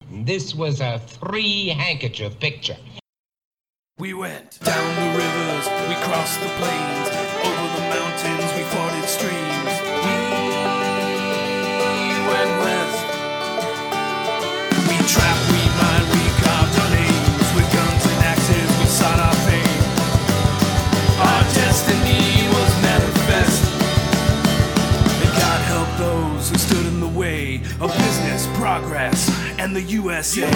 and this was a three handkerchief picture. We went down the rivers, we crossed the plains, over the mountains, we forded streams. We went west. We trapped, we mined, we carved our names with guns and axes. We sought our fame. Our destiny was manifest. And God help those who stood in the way of business, progress, and the USA.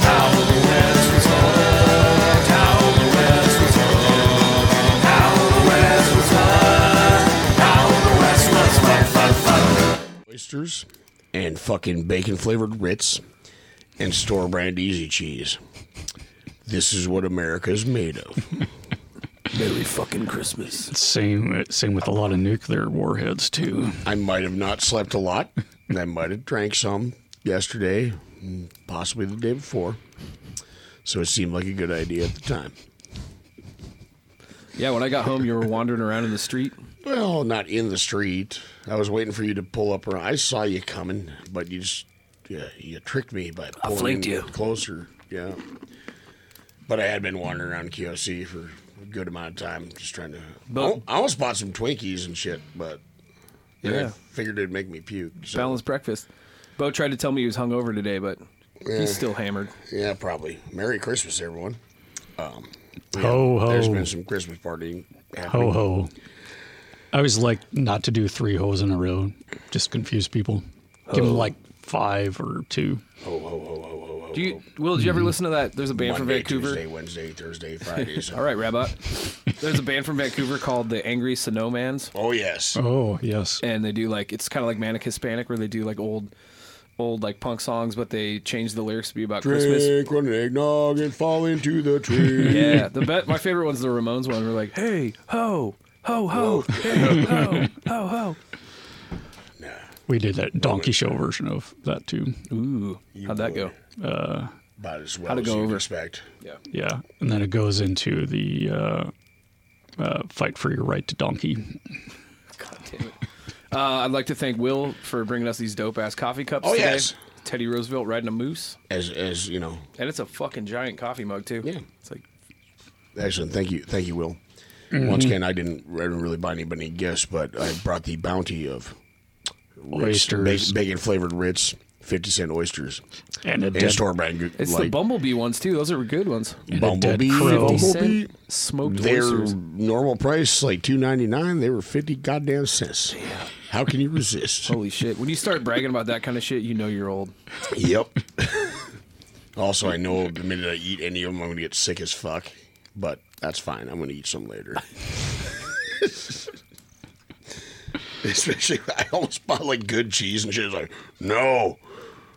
How the West was loved. How the West was loved. How the West was loved. How the West was loved. loved, loved. oysters and fucking bacon flavored Ritz and store brand Easy Cheese. This is what America is made of. Merry fucking Christmas. Same, same with a lot of nuclear warheads too. I might have not slept a lot. and I might have drank some yesterday, mm, possibly the day before. So it seemed like a good idea at the time. Yeah, when I got home, you were wandering around in the street. Well, not in the street. I was waiting for you to pull up around. I saw you coming, but you just yeah, you tricked me by pulling flinked you. closer. Yeah. But I had been wandering around QOC for a good amount of time, just trying to. But- I almost bought some Twinkies and shit, but then I Yeah. figured it'd make me puke. so- Balanced breakfast. Bo tried to tell me he was hungover today, but he's still hammered. Yeah, probably. Merry Christmas, everyone. Um, Ho, ho. There's been some Christmas partying. happening. Ho ho. I always like not to do three hoes in a row. Just confuse people. Give them like five or two. Ho, ho, ho, ho, ho, ho. Do you, Will, did you ever listen to that? There's a band from Mm-hmm. Monday, Vancouver. Tuesday, Wednesday, Thursday, Friday. So. All right, Rabot. There's a band from Vancouver called the Angry Sonomans. Oh yes. Oh yes. and they do like it's kind of like manic hispanic where they do like old old like punk songs but they change the lyrics to be about christmas Drink an eggnog and fall into the tree. yeah the bet my favorite one's the ramones one we're like hey ho ho ho hey ho ho ho We did that donkey show version of that too. ooh how'd that go About as well How'd it as go you'd over? expect. yeah Yeah. And then it goes into the uh, uh, fight for your right to donkey. god damn it uh, i'd like to thank will for bringing us these dope ass coffee cups Oh, today. yes. teddy roosevelt riding a moose As as you know. and it's a fucking giant coffee mug too Yeah. it's like Excellent. Thank you. Thank you, Will. Mm-hmm. Once again, I didn't, I didn't really buy anybody any gifts, but I brought the bounty of Ritz, Oysters. bacon flavored Ritz, fifty cent oysters, And a and dead, store brand. it's the bumblebee ones too those are good ones and a dead Bumblebee. crow. 50 cent Bumblebee? smoked Their oysters normal price like two ninety nine. They were fifty goddamn cents. How can you resist? Holy shit. When you start bragging about that kind of shit, you know you're old. Yep. also, I know the minute I eat any of them, I'm going to get sick as fuck. But that's fine. I'm going to eat some later. Especially, I almost bought like good cheese and shit. It's like, no,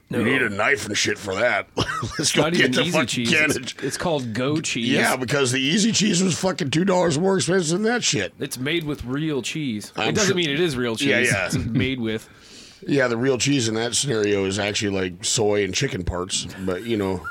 you need a knife and shit for that. Let's go Not get even the easy fucking cheese. It's, cannage. it's called go cheese. Yeah, because the easy cheese was fucking two dollars more expensive than that shit. It's made with real cheese. I'm it doesn't sure- mean it is real cheese. Yeah, yeah. It's made with. Yeah, the real cheese in that scenario is actually like soy and chicken parts. But you know,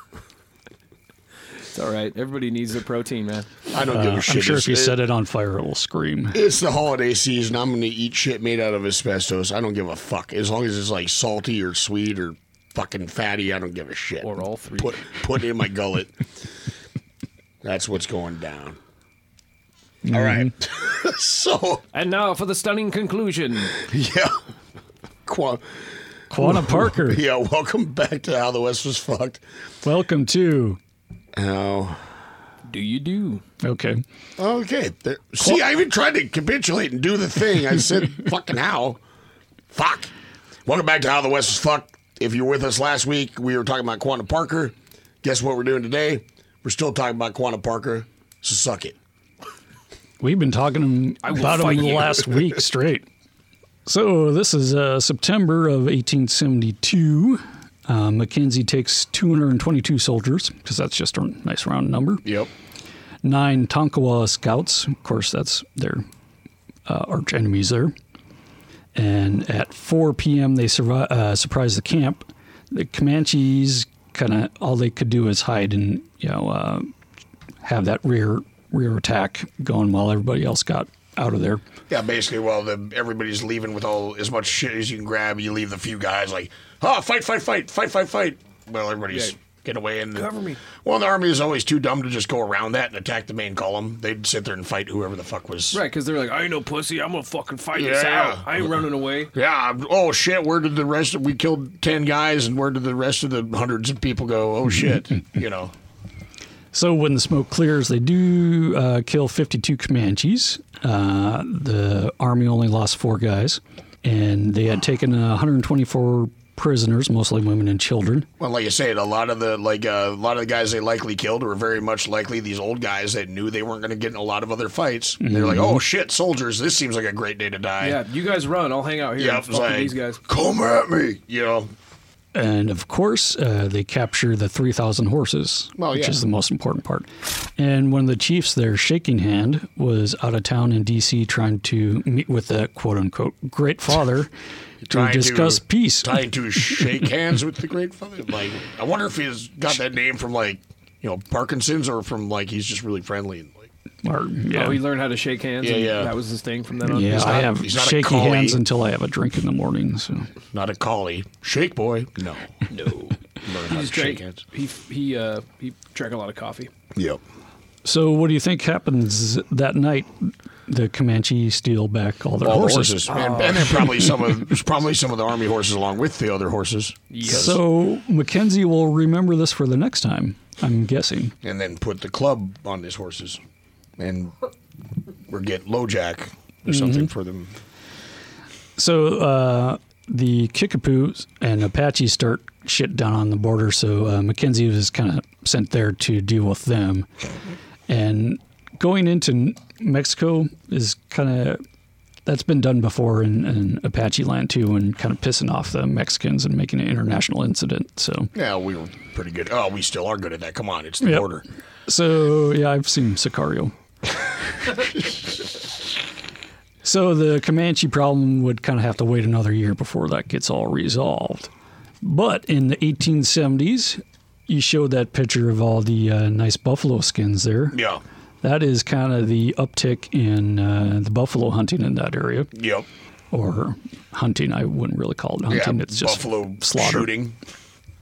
It's all right. Everybody needs their protein, man. I don't give a shit. Uh, I'm sure It's- if you it- set it on fire, it will scream. It's the holiday season. I'm going to eat shit made out of asbestos. I don't give a fuck. As long as it's like salty or sweet or fucking fatty, I don't give a shit. Or all three. Put, put it in my gullet. That's what's going down. All right. Mm-hmm. so, And now for the stunning conclusion. yeah. Qua- Quanah Parker, yeah, welcome back to How the West Was Fucked. welcome to. Oh, Do you do? Okay. okay. There- See, I even tried to capitulate and do the thing. I said, fucking how. Fuck. Welcome back to How the West is Fucked. If you were with us last week, we were talking about Quanta Parker. Guess what we're doing today? We're still talking about Quanta Parker, so suck it. We've been talking will about him fight the you. last week straight. So this is uh, September of 1872. Uh, Mackenzie takes 222 soldiers because that's just a nice round number. Yep. Nine Tonkawa scouts, of course, that's their uh, arch enemies there. And at 4 p.m., they survi- uh, surprise the camp. The Comanches kind of all they could do is hide and you know uh, have that rear rear attack going while everybody else got out of there. Yeah, basically, well, the, everybody's leaving with all as much shit as you can grab. You leave the few guys like, oh, fight, fight, fight, fight, fight, fight. Well, everybody's Yeah. getting away. And the, Cover me. Well, the army is always too dumb to just go around that and attack the main column. They'd sit there and fight whoever the fuck was. Right, because they're like, I ain't no pussy. I'm gonna fucking fight this Yeah. out. I ain't running away. Yeah. I'm- Oh shit! Where did the rest? Of, we killed ten guys, and where did the rest of the hundreds of people go? Oh shit! you know. So when the smoke clears, they do uh, kill 52 Comanches. Uh, the army only lost four guys, and they had taken uh, 124 prisoners, mostly women and children. Well, like you said, a lot of the like uh, a lot of the guys they likely killed were very much likely these old guys that knew they weren't going to get in a lot of other fights. They're like, "Oh shit, soldiers! This seems like a great day to die." Yeah, you guys run. I'll hang out here. yeah. and it's fuck with like, these guys. come at me, you know. And of course, uh, they capture the 3,000 horses, Well, which yeah. is the most important part. And one of the chiefs there, Shaking Hand, was out of town in D.C. trying to meet with the quote unquote great father to Trying to- discuss peace. Trying to shake hands with the great father. Like, I wonder if he's got that name from like you know Parkinson's or from like he's just really friendly and like Or, yeah. Oh, he learned how to shake hands. Yeah, and yeah. That was his thing from then on. Yeah, He's I not- have Uh, he's not a shaky collie. hands until I have a drink in the morning. So not a collie. Shake boy. No. No. Learn He how to just shake drank. hands. He he uh he drank a lot of coffee. Yep. So what do you think happens that night? The Comanche steal back all their All horses. the Oh. horses, and, and then probably some of there's probably some of the army horses along with the other horses. So Mackenzie will remember this for the next time. I'm guessing. and then put the club on his horses and or get lowjack or something for them. So uh, the Kickapoos and Apaches start shit down on the border. So uh, Mackenzie was kind of sent there to deal with them. And going into N- Mexico is kind of that's been done before in, in Apache land too, and kind of pissing off the Mexicans and making an international incident. So, Yeah, we were pretty good. Oh, we still are good at that. Come on, it's the Yep. border. so yeah, I've seen Sicario. So the Comanche problem would kind of have to wait another year before that gets all resolved. But in the 1870s, you showed that picture of all the uh, nice buffalo skins there. Yeah. That is kind of the uptick in uh, the buffalo hunting in that area, Yep. or hunting. I wouldn't really call it hunting. yeah, it's just buffalo slaughter. shooting.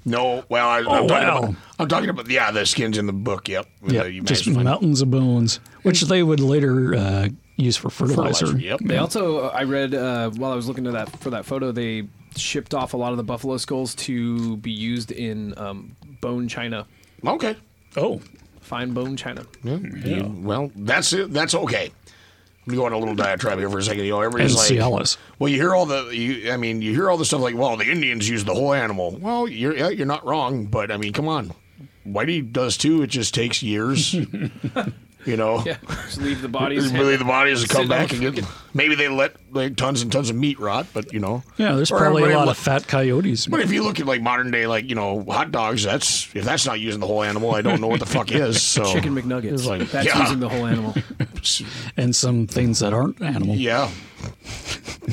No, well, I, Oh, I'm talking wow. about. I'm talking about. Yeah, the skins in the book. Yep. Yeah, Uh, you managed just to find mountains of bones, which they would later uh, use for fertilizer. fertilizer. Yep. They also, I read uh, while I was looking to that for that photo, they shipped off a lot of the buffalo skulls to be used in um, bone china, Okay. Oh, fine bone china. Hmm, You- well, that's it. That's okay. Let me go on a little diatribe here for a second. You know, everybody's And like, Cialis. well, you hear all the, you, I mean, you hear all the stuff like, well, the Indians use the whole animal. Well, you're yeah, you're not wrong, but I mean, come on, Whitey does too. It just takes years, you know. Yeah, just leave the bodies. Just Really, the bodies to come Sit back down. and get. Maybe they let like tons and tons of meat rot, but you know. yeah. There's Or probably everybody a lot lo- of fat coyotes. But if you look at like modern day, like you know, hot dogs. That's if that's not using the whole animal, I don't know what the fuck is. So Chicken McNuggets. like- That's Yeah. using the whole animal. and some things that aren't animal. Yeah,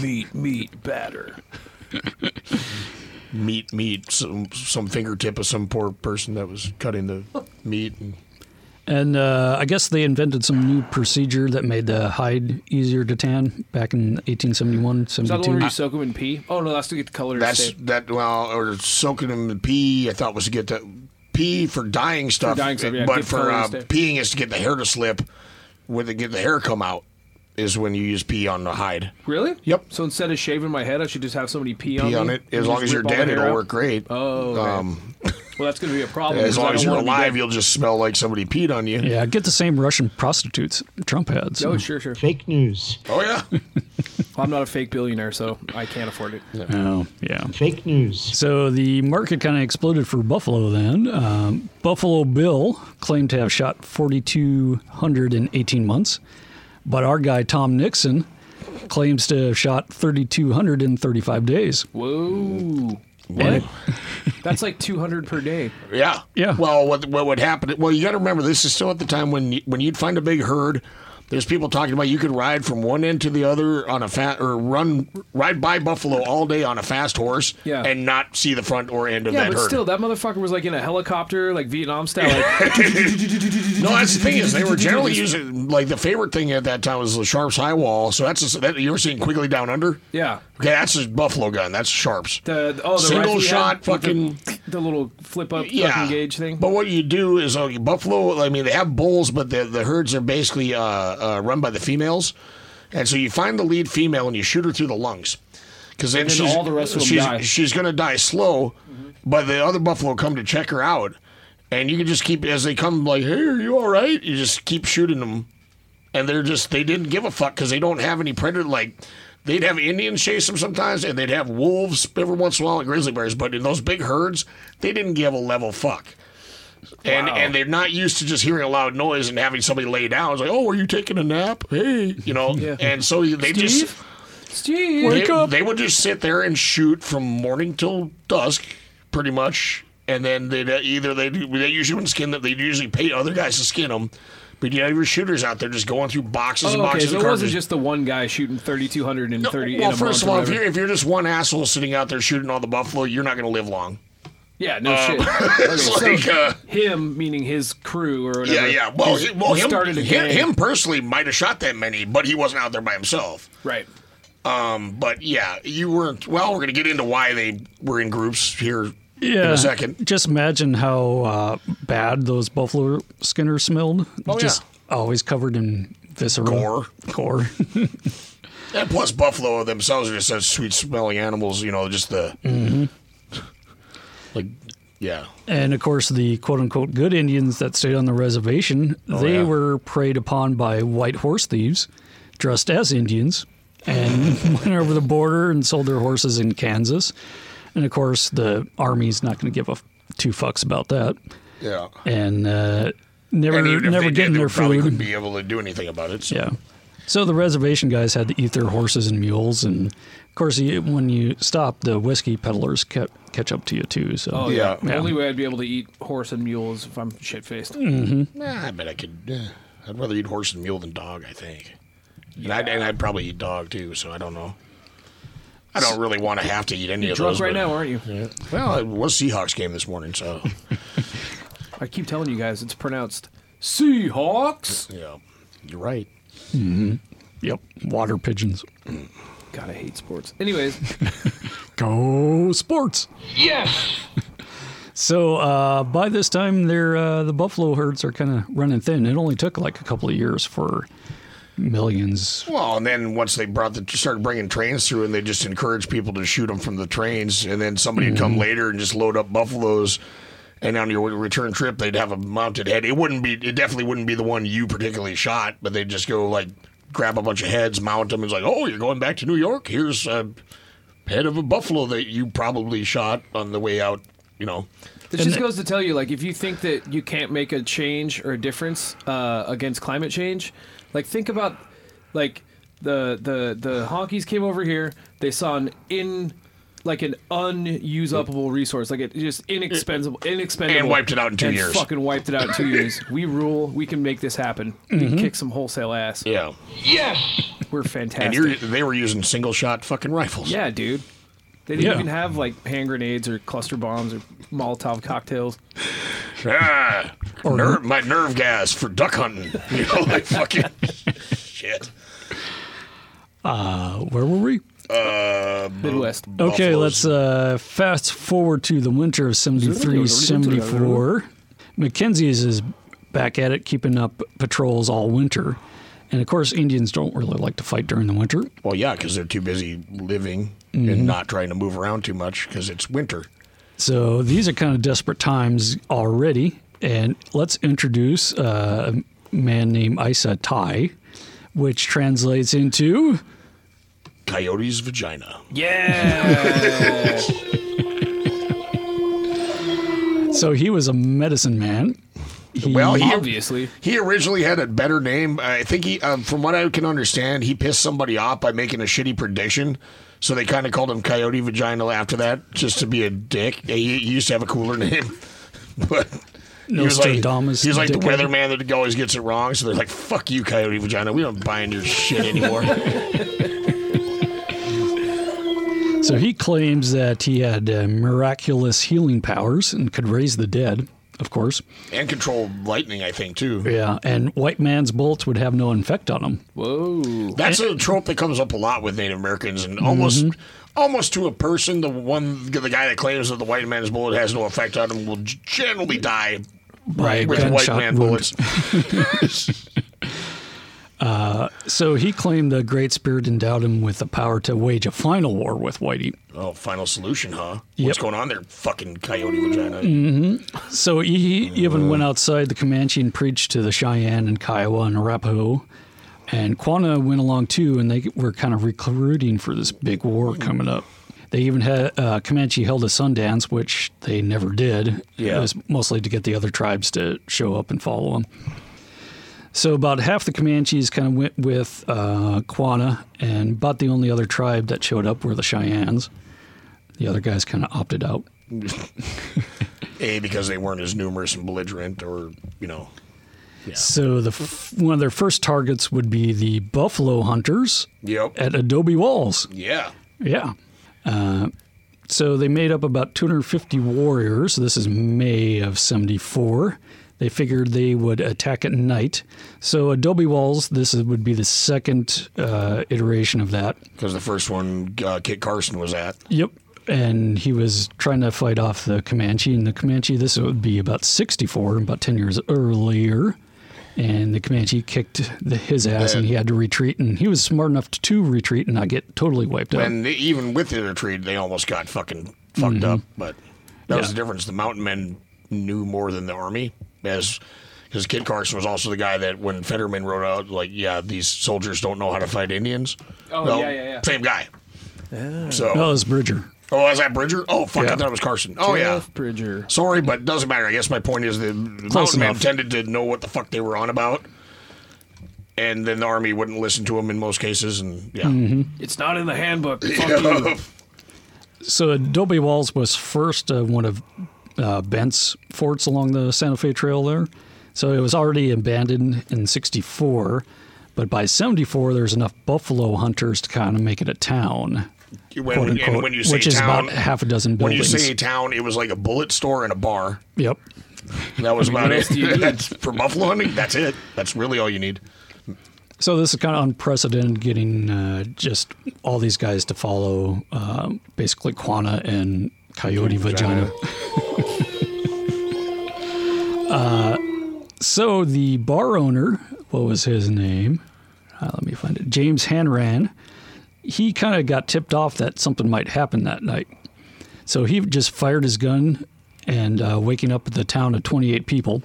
meat, meat, batter. meat, meat, some some fingertip of some poor person that was cutting the meat. And, And uh, I guess they invented some new procedure that made the hide easier to tan back in 1871, Is that the one where 72. you soak them in pee? Oh no, that's to get the color. to that's stay. that. Well, or soaking him in pee. I thought was to get the pee for dyeing stuff. dyeing stuff, yeah, but get for color uh, instead. peeing is to get the hair to slip. Where they get the hair come out is when you use pee on the hide. really. Yep. So instead of shaving my head, I should just have somebody pee, Pee on on me it. and As long Oh, just as you're rip all dead, the hair it'll out? work great. Oh, okay. Um, Well, that's going to be a problem. as long as you're alive, you you'll just smell like somebody peed on you. Yeah, get the same Russian prostitutes Trump had. so- Oh, sure, sure. Fake news. Oh yeah. Well, I'm not a fake billionaire, so I can't afford it. Oh, yeah. Fake news. So the market kind of exploded for Buffalo then. Um, Buffalo Bill claimed to have shot 4,200 in 18 months, but our guy Tom Nixon claims to have shot 3,200 in 35 days. Whoa. And- That's like 200 per day. Yeah. Yeah. Well, what what would happen? Well, you got to remember this is still at the time when you, when you'd find a big herd, There's people talking about you could ride from one end to the other on a fast or run ride by buffalo all day on a fast horse Yeah. and not see the front or end of Yeah, that but herd. still, that motherfucker was like in a helicopter, like Vietnam style. Like, No, that's the thing is they were generally using like the favorite thing at that time was the Sharps high wall. So that's a, that you were seeing quickly down under. yeah. Okay, that's a buffalo gun. That's Sharps. The, oh, the Single rifle he had shot with fucking- the, the little flip up yeah, fucking gauge thing. But what you do is uh, buffalo. I mean, they have bulls, but the the herds are basically uh, uh, run by the females, and so you find the lead female and you shoot her through the lungs, because then, then she's all the rest of them she's, die. she's going to die slow, but the other buffalo come to check her out, and you can just keep as they come like, hey, are you all right? You just keep shooting them, and they're just they didn't give a fuck because they don't have any predator like. They'd have Indians chase them sometimes, and they'd have wolves every once in a while, and grizzly bears. But in those big herds, they didn't give a level fuck, and and they're not used to just hearing a loud noise and having somebody lay down. It's like, oh, are you taking a nap? Hey, you know. And so they just Steve, they, they would just sit there and shoot from morning till dusk, pretty much. And then they'd uh, either they they usually wouldn't skin them. They'd usually pay other guys to skin them. But you have your shooters out there just going through boxes and Oh, okay, boxes so of it wasn't cartridges. just the one guy shooting 3,200 and 30 well, in a first of all, if month or whatever. you're if you're just one asshole sitting out there shooting all the buffalo, you're not going to live long. Yeah, no Uh, shit. Okay, It's so like, uh, him, meaning his crew or whatever. yeah, yeah. Well, he- he, well, he him, started a him, gang. him personally might have shot that many, but he wasn't out there by himself. Right. But yeah, you weren't. Well, we're going to get into why they were in groups here in Yeah. a second. Just imagine how uh, bad those buffalo skinners smelled. Oh, yeah. Just always covered in viscera. Gore. Gore. And plus, buffalo themselves are just such sweet smelling animals. You know, just the Mm-hmm. like, yeah. and of course, the quote unquote good Indians that stayed on the reservation, they Oh, yeah. were preyed upon by white horse thieves dressed as Indians and went over the border and sold their horses in Kansas. And of course, the army's not going to give a f- two fucks about that. Yeah. And uh, never, and even if never they getting did, they their probably food. couldn't be able to do anything about it. So. Yeah. So the reservation guys had to eat their horses and mules, and of course, you, when you stop, the whiskey peddlers ca- catch up to you too. So Oh, Yeah. yeah. Yeah. Mm, The only way I'd be able to eat horse and mules if I'm shit faced. Nah, I bet I could. eh, I'd rather eat horse and mule than dog. I think. And, I'd, and I'd probably eat dog too. So I don't know. I don't really want to have to eat any of Drunk those. right but- now, aren't you? Well, it was Seahawks game this morning, so I keep telling you guys it's pronounced Seahawks. yeah, you're right. yep, water pigeons. God, I hate sports. Anyways, Go sports. Yes. So uh, by this time, they're, uh, the buffalo herds are kind of running thin. It only took like a couple of years for millions. Well, and then once they brought the started bringing trains through, and they just encouraged people to shoot them from the trains, and then somebody would come later and just load up buffaloes, and on your return trip they'd have a mounted head. It wouldn't be, it definitely wouldn't be the one you particularly shot, but they'd just go like grab a bunch of heads, mount them, and it's like, oh, you're going back to New York. Here's a head of a buffalo that you probably shot on the way out. You know, this just goes to tell you, like, if you think that you can't make a change or a difference uh, against climate change, like, think about, like, the the the honkies came over here. They saw an in, like, an unusable resource, like, it just inexpensible, inexpensible, And wiped it out in two and years. Fucking wiped it out in two years. We rule. We can make this happen. We can kick some wholesale ass. yeah, Yes. We're fantastic. and you're, they were using single shot fucking rifles. Yeah, dude. They didn't Yeah. even have like hand grenades or cluster bombs or Molotov cocktails. Ah, nerve, my nerve gas for duck hunting. You know, like fucking shit. Uh, where were we? Midwest. Okay, Buffaloes. let's uh, fast forward to the winter of 73 74. Mackenzie's is back at it, keeping up patrols all winter. And of course, Indians don't really like to fight during the winter. Well, yeah, because they're too busy living Mm-hmm. and not trying to move around too much because it's winter. So these are kind of desperate times already. And let's introduce uh, a man named Isa Tai, which translates into Coyote's vagina. Yeah. so he was a medicine man. He- Well, he Obviously. he originally had a better name. I think he, um, from what I can understand, he pissed somebody off by making a shitty prediction. So they kind of called him Coyote Vagina after that, just to be a dick. He, he used to have a cooler name, but he was like, Nostradamus he was like the dickhead. weatherman that always gets it wrong. So they're like, "Fuck you, Coyote Vagina. We don't buy into your shit anymore." So he claims that he had uh, miraculous healing powers and could raise the dead, of course. and control lightning, I think too. Yeah, and white man's bullets would have no effect on him. Whoa. That's a trope that comes up a lot with Native Americans, and almost, almost to a person, the one, the guy that claims that the white man's bullet has no effect on him will generally die Right, with white man bullets. So he claimed the Great Spirit endowed him with the power to wage a final war with Whitey. Oh, final solution, huh? Yep. What's going on there, fucking Coyote Vagina? So he even went outside the Comanche and preached to the Cheyenne and Kiowa and Arapaho. And Quanah went along too, and they were kind of recruiting for this big war coming up. They even had uh, Comanche held a Sundance, which they never did. It Yeah. was mostly to get the other tribes to show up and follow them. So about half the Comanches kind of went with uh, Quanah, and about the only other tribe that showed up were the Cheyennes. The other guys kind of opted out. A because they weren't as numerous and belligerent, or you know, So the f- one of their first targets would be the buffalo hunters yep, at Adobe Walls. yeah. Yeah. Uh, so they made up about 250 warriors. This is May of 74. They figured they would attack at night. So Adobe Walls, this is- would be the second uh, iteration of that. Because the first one uh, Kit Carson was at. Yep. And he was trying to fight off the Comanche. And the Comanche, this would be about 64, about 10 years earlier. And the Comanche kicked the, his ass and he had to retreat. And he was smart enough to, retreat and not get totally wiped out. And they, even with the retreat, they almost got fucking fucked up. But that was Mm-hmm. Yeah. the difference. The mountain men knew more than the army, as because Kit Carson was also the guy that when Fetterman wrote out, like, yeah, these soldiers don't know how to fight Indians. Oh, yeah, yeah, yeah. Same guy. So, Oh, it was Bridger. oh, is that Bridger? Oh, fuck, Yeah. I thought it was Carson. Oh, yeah. Jeff Bridger. Sorry, but it doesn't matter. I guess my point is the Close mountain men enough. tended to know what the fuck they were on about, and then the army wouldn't listen to them in most cases. And yeah, Mm. It's not in the handbook. Fuck you. So Adobe Walls was first uh, one of uh, Bent's forts along the Santa Fe Trail there. So it was already abandoned in 64. But by 74, there's enough buffalo hunters to kind of make it a town. when, quote and unquote, when you say which town, is about half a dozen when you buildings. say town, it was like a bullet store and a bar. yep. That was about else it. do you need? That's- for buffalo hunting, that's it. That's really all you need. So this is kind of unprecedented, getting uh, just all these guys to follow um, basically Quana and Coyote Vagina. uh, so the bar owner, what was his name? Uh, let me find it. James Hanran. He kind of got tipped off that something might happen that night. So he just fired his gun and uh, waking up the town of 28 people.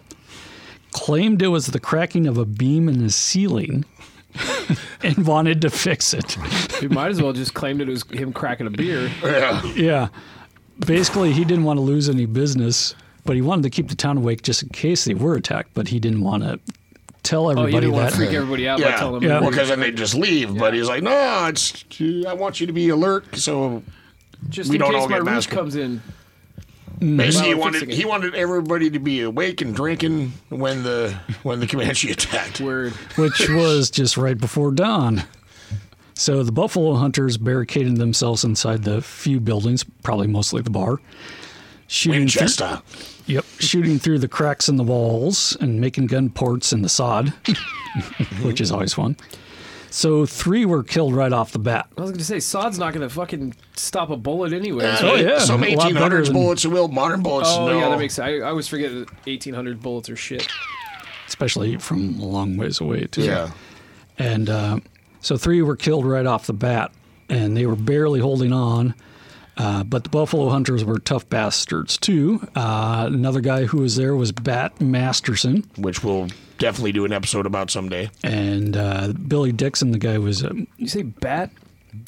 Claimed it was the cracking of a beam in the ceiling and wanted to fix it. You might as well just claim that it was him cracking a beer. Oh, Yeah. Basically, he didn't want to lose any business, but he wanted to keep the town awake just in case they were attacked, but he didn't want to tell Oh, you everybody didn't want to freak that. everybody out by Yeah, telling them. Yeah. well, because then they just leave. But he's like, no, it's I want you to be alert. So Just We in don't case all my get roof masked. comes in. Basically, he Hmm. Well, wanted fixing it. he wanted everybody to be awake and drinking when the when the Comanche attacked. Word. which was just right before dawn. So the buffalo hunters barricaded themselves inside the few buildings, probably mostly the bar, shooting through, Winchester. yep, shooting through the cracks in the walls and making gun ports in the sod, which is always fun. So three were killed right off the bat. I was going to say, sod's not going to fucking stop a bullet anyway. Oh, yeah. Uh, Some A lot better 1800s than- bullets will, modern bullets oh, no. yeah, that makes sense. I, I always forget that 1800 bullets are shit. especially from a long ways away too. Yeah. And uh, so three were killed right off the bat, and they were barely holding on. Uh, but the buffalo hunters were tough bastards too. Uh, another guy who was there was Bat Masterson, Which we'll definitely do an episode about someday. and uh, Billy Dixon. The guy was um, You say bat?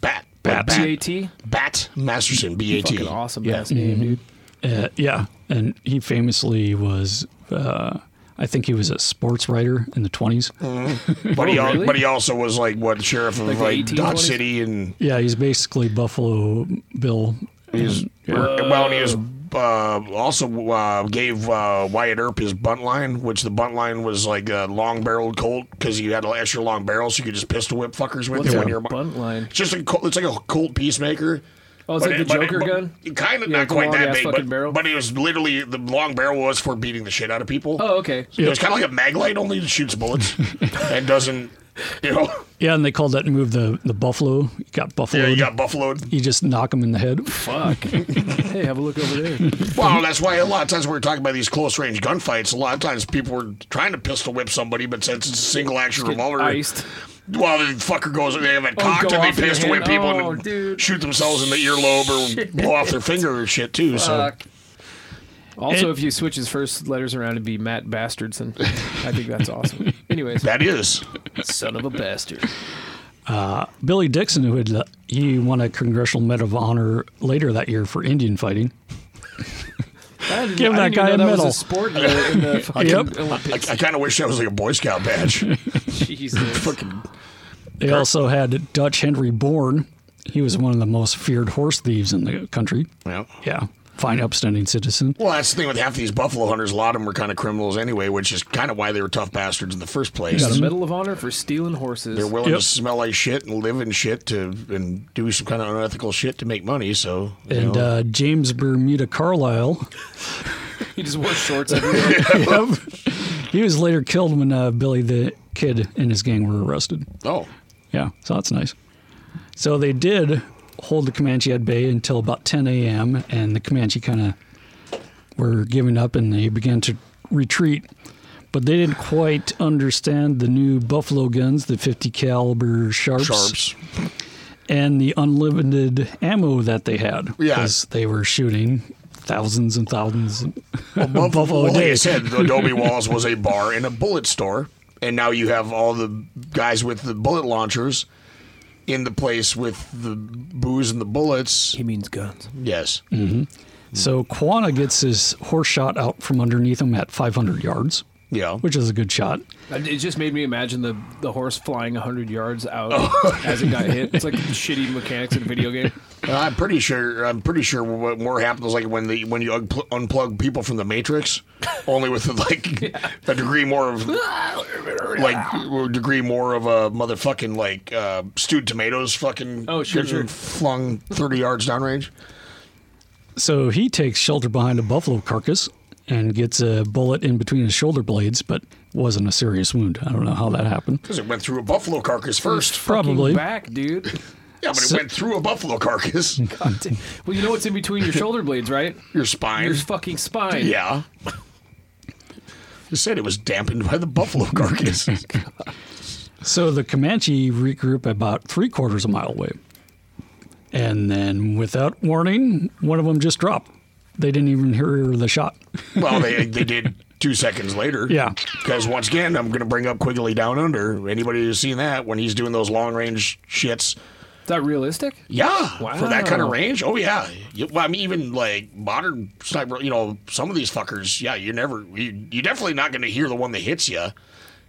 Bat. Bat. Bat. T-A-T? Bat Masterson, B A T. Fucking awesome Yeah. ass name, dude. uh, yeah, and he famously was. Uh, I think he was a sports writer in the 20s. Hmm. But, he, Oh, al- really? but he also was like, what, sheriff of Like the like, Dodge 1820s? City and Yeah, he's basically Buffalo Bill. he's, well, and he was uh, also uh, gave uh, Wyatt Earp his bunt line, which the bunt line was like a long barreled Colt because you had an extra long barrel, so you could just pistol whip fuckers with What's it a when you're bunt line? It's just a Colt, it's like a Colt peacemaker. Oh, it's But like the it- but it- Joker but- gun. Kind of Yeah, not the quite that long-ass big, but, fucking barrel. but it was literally the long barrel was for beating the shit out of people. Oh, okay. It was kind of like a mag light, only it shoots bullets and doesn't, you know. Yeah, and they called that move the the buffalo. You got buffalo. Yeah, you got buffaloed. you just knock them in the head. Fuck. hey, have a look over there. Well, that's why a lot of times we were talking about these close range gunfights. A lot of times people were trying to pistol whip somebody, but since it's a single action revolver, Iced. Oh, well, the fucker goes, they have it cocked go and off they their pistol whip hand. people Oh, and dude. shoot themselves in the earlobe or blow off their finger or shit, too. So, Fuck. Also, It- if you switch his first letters around, it'd be Matt Bastardson. I think that's awesome. Anyways, that is. son of a bastard. Billy Dixon, who had he won a Congressional Medal of Honor later that year for Indian fighting. I didn't, Give I that didn't guy even a know that medal. was a sport in the, in the fucking Yep. I, Olympics. I kind of wish that was like a Boy Scout badge. Jesus. They also had Dutch Henry Bourne. He was one of the most feared horse thieves in the country. yeah. Yeah, fine, upstanding citizen. Well, that's the thing with half these buffalo hunters. A lot of them were kind of criminals anyway, which is kind of why they were tough bastards in the first place. Got a Medal of Honor for stealing horses. They're willing Yep. to smell like shit and live in shit to and do some kind of unethical shit to make money. So you And know. uh, James Bermuda Carlisle, He just wore shorts everywhere. Yep. he was later killed when uh, Billy the Kid and his gang were arrested. oh, Yeah, so that's nice. So they did hold the Comanche at bay until about 10 a.m., and the Comanche kind of were giving up and they began to retreat. But they didn't quite understand the new Buffalo guns, the 50 caliber sharps, sharps. and the unlimited ammo that they had. Yeah. they were shooting thousands and thousands. Buffalo, Buffalo like I Dave. said, Adobe Walls was a bar and a bullet store, and now you have all the guys with the bullet launchers in the place with the booze and the bullets. he means guns. Yes, So Quanah gets his horse shot out from underneath him at 500 yards, yeah. which is a good shot. It just made me imagine the, the horse flying 100 yards out Oh. as it got hit. It's like shitty mechanics in a video game. I'm pretty sure. I'm pretty sure what more happens like when the when you unpl- unplug people from the Matrix, only with like a degree more of like a degree more of a motherfucking like uh, stewed tomatoes fucking Oh, sure, gets sure. flung thirty yards downrange. So he takes shelter behind a buffalo carcass and gets a bullet in between his shoulder blades, but wasn't a serious wound. I don't know how that happened. Because it went through a buffalo carcass first. Probably. Back, dude. Yeah, but it went through a buffalo carcass. Well, you know what's in between your shoulder blades, right? Your spine. Your fucking spine. yeah. You said it was dampened by the buffalo carcass. So the Comanche regroup about three quarters a mile away. And then, without warning, one of them just dropped. They didn't even hear the shot. well, they they did two seconds later. Yeah. Because once again, I'm going to bring up Quigley Down Under. Anybody who's seen that when he's doing those long range shits, Is that realistic? yeah, for that kind of Wow. range, oh yeah. You- well, I mean, even like modern sniper, you know, some of these fuckers, yeah, you're never, you, you're definitely not going to hear the one that hits you,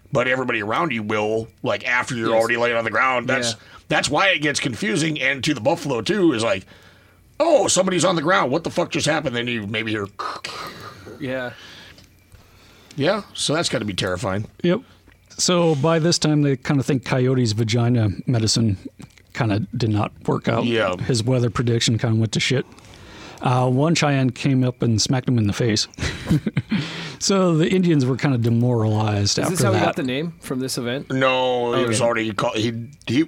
but everybody around you will. Like after you're Yes. already laying on the ground, that's Yeah. that's why it gets confusing. And to the buffalo too is like. Oh, somebody's on the ground. What the fuck just happened? Then you maybe hear, Yeah. yeah. So that's got to be terrifying. Yep. So by this time, they kind of think Coyote's vagina medicine kind of did not work out. Yeah. His weather prediction kind of went to shit. Uh, one Cheyenne came up and smacked him in the face. so the Indians were kind of demoralized Is after this how that. we got the name from this event? No, he was Okay. already called. He he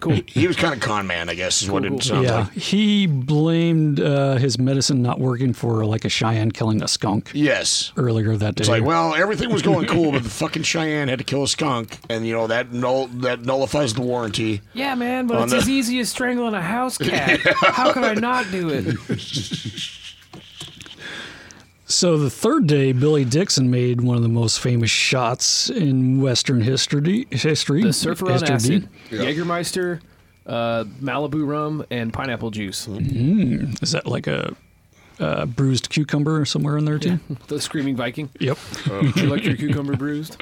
Cool. he was kind of con man, I guess, is what Cool, it cool. sounds yeah, like. he blamed uh, his medicine not working for like a Cheyenne killing a skunk Yes. earlier that day. It's like, well, everything was going cool, but the fucking Cheyenne had to kill a skunk, and you know that null that nullifies the warranty. Yeah, man, but On it's the- as easy as strangling a house cat. How could I not do it? So the third day, Billy Dixon made one of the most famous shots in Western history. History. The surfer on history. acid, Jägermeister, uh, Malibu rum, and pineapple juice. Mm-hmm. Is that like a, uh bruised cucumber somewhere in there too? The Screaming Viking, Yep. electric cucumber bruised.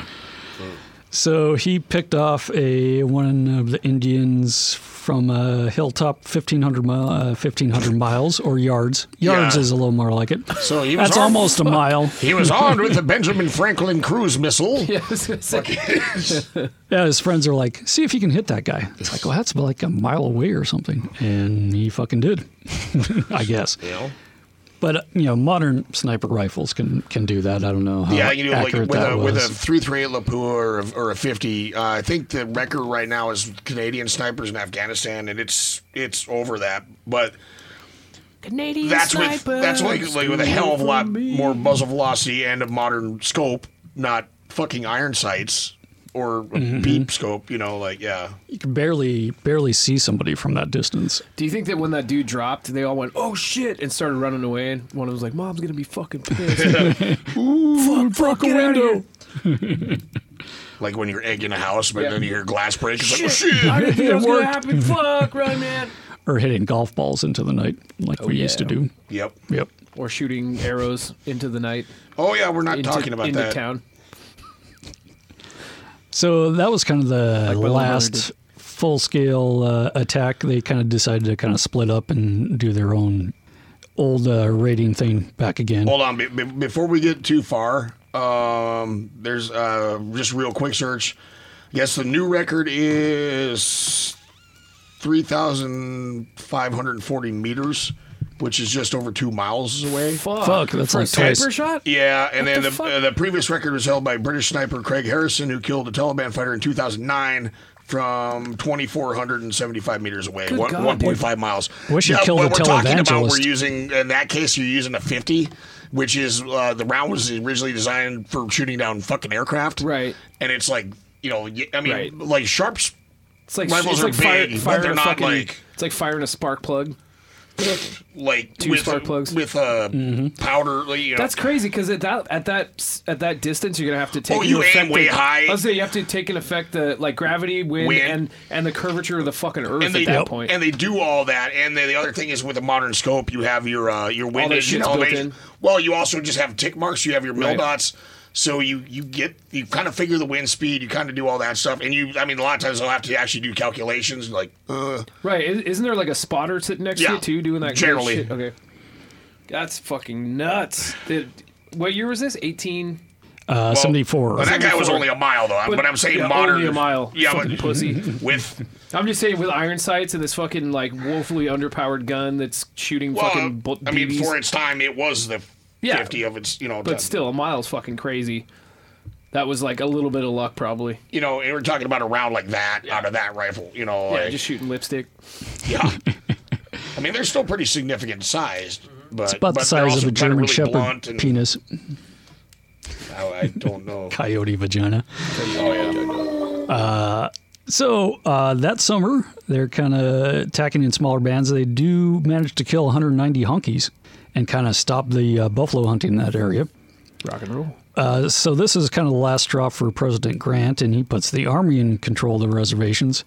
So he picked off a one of the Indians from a hilltop, fifteen hundred mile, uh, fifteen hundred miles or yards. Yards Yeah. is a little more like it. So he was that's armed- almost a mile. He was armed with the Benjamin Franklin cruise missile. Yeah, I was gonna say, Yeah, his friends are like, "See if you can hit that guy." It's like, well, that's like a mile away or something, and he fucking did, I guess. But uh, you know, modern sniper rifles can can do that. I don't know how Yeah, you know, like accurate with that a, was. with a three three eight Lapua or a, or a fifty. Uh, I think the record right now is Canadian snipers in Afghanistan, and it's it's over that. But Canadian that's with sniper. that's like like with a hell of a lot more muzzle velocity and a modern scope, not fucking iron sights or a Mm-hmm. beep scope. You know, like yeah, you can barely barely see somebody from that distance. Do you think that when that dude dropped, they all went, "Oh shit!" and started running away? And one of them was like, "Mom's gonna be fucking pissed." Fuck, broke a window. like when you're egging a house, but Yeah. then you hear glass break. It's like oh, shit, shit. I didn't think that It was gonna worked. happen. Fuck, run, man. Or hitting golf balls into the night like we used to yeah. do. Yep. Yep. Or shooting arrows into the night, Oh yeah, we're not into, talking about into that. town. So that was kind of the Will and Hunter last full scale uh, attack. They kind of decided to kind of split up and do their own old uh, raiding thing back again. Uh, Hold on, be- be- before we get too far, um, there's uh, just real quick search. Yes, the new record is three thousand five hundred forty meters, which is just over two miles away. Fuck, Fuck, that's for like a sniper twice. shot. Yeah, and then the the, fuck? uh, the previous record was held by British sniper Craig Harrison, who killed a Taliban fighter in 2009 from 2,475 meters away, one- God, 1.5 miles. Wish you killed what a we're talking about, we're televangelist. using, in that case, you're using a 50, which is uh, the round was originally designed for shooting down fucking aircraft. Right. And it's like, you know, y- I mean, Right. like sharps. It's like Rifles it's are like fire, big, but firing they're a not fucking, like- It's like firing a spark plug. Like Two with spark plugs. Mm-hmm. with uh, powder, like, you know, That's crazy because at that at that s- at that distance, you're gonna have to take. Oh, you into aim effect way the- high. I was gonna say you have to take in effect the like gravity, wind, Wind. and and the curvature of the fucking earth and they at that yep. point. and they do all that. And then the other thing is with a modern scope, you have your uh, your that windows, you shit's know, built they- in. Well, you also just have tick marks. You have your mill Right. dots, so you you get you kind of figure the wind speed. You kind of do all that stuff, and you I mean a lot of times they'll have to actually do calculations like uh, right? i- Isn't there like a spotter sitting next to Yeah, you too, doing that? kind of generally. shit? okay. That's fucking nuts. It- what year was this? Eighteen. Uh, 74. well, that guy was 74. only a mile though, but, I'm saying yeah, modern only a mile. Yeah, fucking but pussy. with I'm just saying with iron sights and this fucking like woefully underpowered gun that's shooting well, fucking. bu- I mean BBs. for its time, it was the Yeah. fifty of its you know. time. But still, a mile's fucking crazy. That was like a little bit of luck, probably. you know, and we're talking about a round like that out of that rifle, you know, Yeah, like, just shooting lipstick. Yeah. I mean, they're still pretty significant sized, but it's Mm-hmm. About the size of a German Shepherd And, penis, oh, I don't know. coyote vagina. oh, yeah. So uh, that summer, they're kind of attacking in smaller bands. They do manage to kill 190 honkies and kind of stop the uh, buffalo hunting in that area. Rock and roll. Uh, so this is kind of the last straw for President Grant, and he puts the army in control of the reservations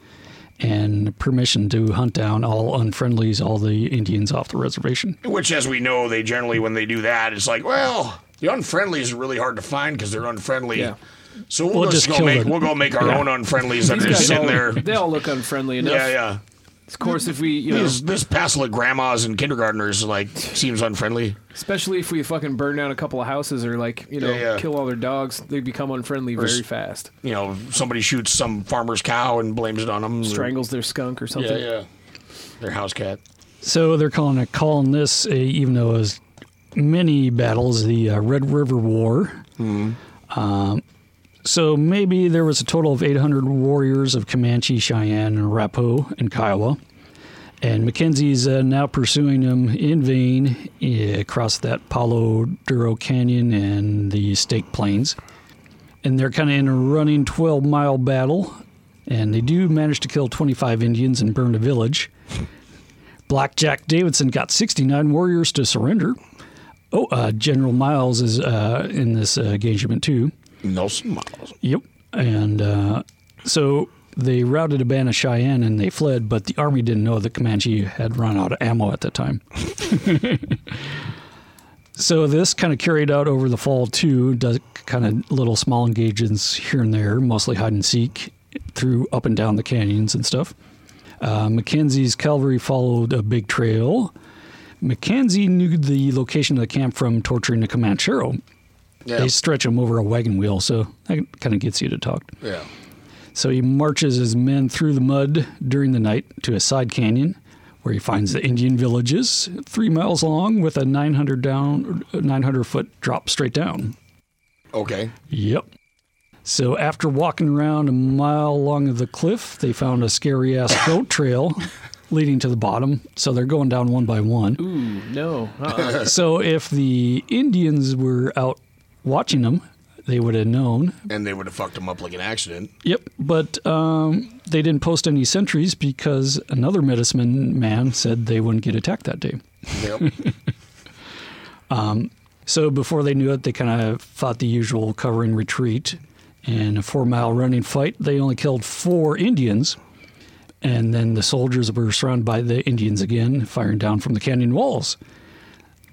and permission to hunt down all unfriendlies, all the Indians off the reservation. Which, as we know, they generally, when they do that, it's like, well, the unfriendlies are really hard to find because they're unfriendly. Yeah. So we'll, We'll just, just go kill make them. we'll go make our Yeah. own unfriendlies that are just sitting there. They all look unfriendly enough. Yeah, yeah. Of course, if we, you know, This, this passel of grandmas and kindergartners like seems unfriendly. especially if we fucking burn down a couple of houses or like, you know, Yeah, yeah. kill all their dogs, they become unfriendly very fast. You know, somebody shoots some farmer's cow and blames it on them. Strangles their skunk or something. Yeah, yeah. Their house cat. So they're calling it calling this, uh, even though it was many battles, the uh, Red River War. Um, so maybe there was a total of 800 warriors of Comanche, Cheyenne, and Arapaho and Kiowa. And Mackenzie's uh, now pursuing them in vain eh, across that Palo Duro Canyon and the Stake Plains. And they're kind of in a running 12 mile battle. And they do manage to kill 25 Indians and burn a village. Blackjack Davidson got 69 warriors to surrender. Oh, uh, General Miles is uh, in this uh, engagement too. Nelson Miles. Yep. And uh, so they routed a band of Cheyenne and they fled, but the army didn't know that Comanche had run out of ammo at the time. so this kind of carried out over the fall too. Does kind of little small engagements here and there, mostly hide and seek through up and down the canyons and stuff. Uh, Mackenzie's cavalry followed a big trail. Mackenzie knew the location of the camp from torturing the Comanchero. Yeah. They stretch him over a wagon wheel, so that kind of gets you to talk. yeah. So he marches his men through the mud during the night to a side canyon where he finds the Indian villages, three miles long with a 900 down, 900 foot drop straight down. Okay. Yep. So after walking around a mile along of the cliff, they found a scary ass goat trail leading to the bottom. So they're going down one by one. Ooh, no. Uh-uh. So if the Indians were out watching them, they would have known. And they would have fucked him up like an accident. Yep, but um, they didn't post any sentries because another medicine man said they wouldn't get attacked that day. Yep. So before they knew it, they kind of fought the usual covering retreat. In a four mile running fight, they only killed four Indians. And then the soldiers were surrounded by the Indians again, firing down from the canyon walls.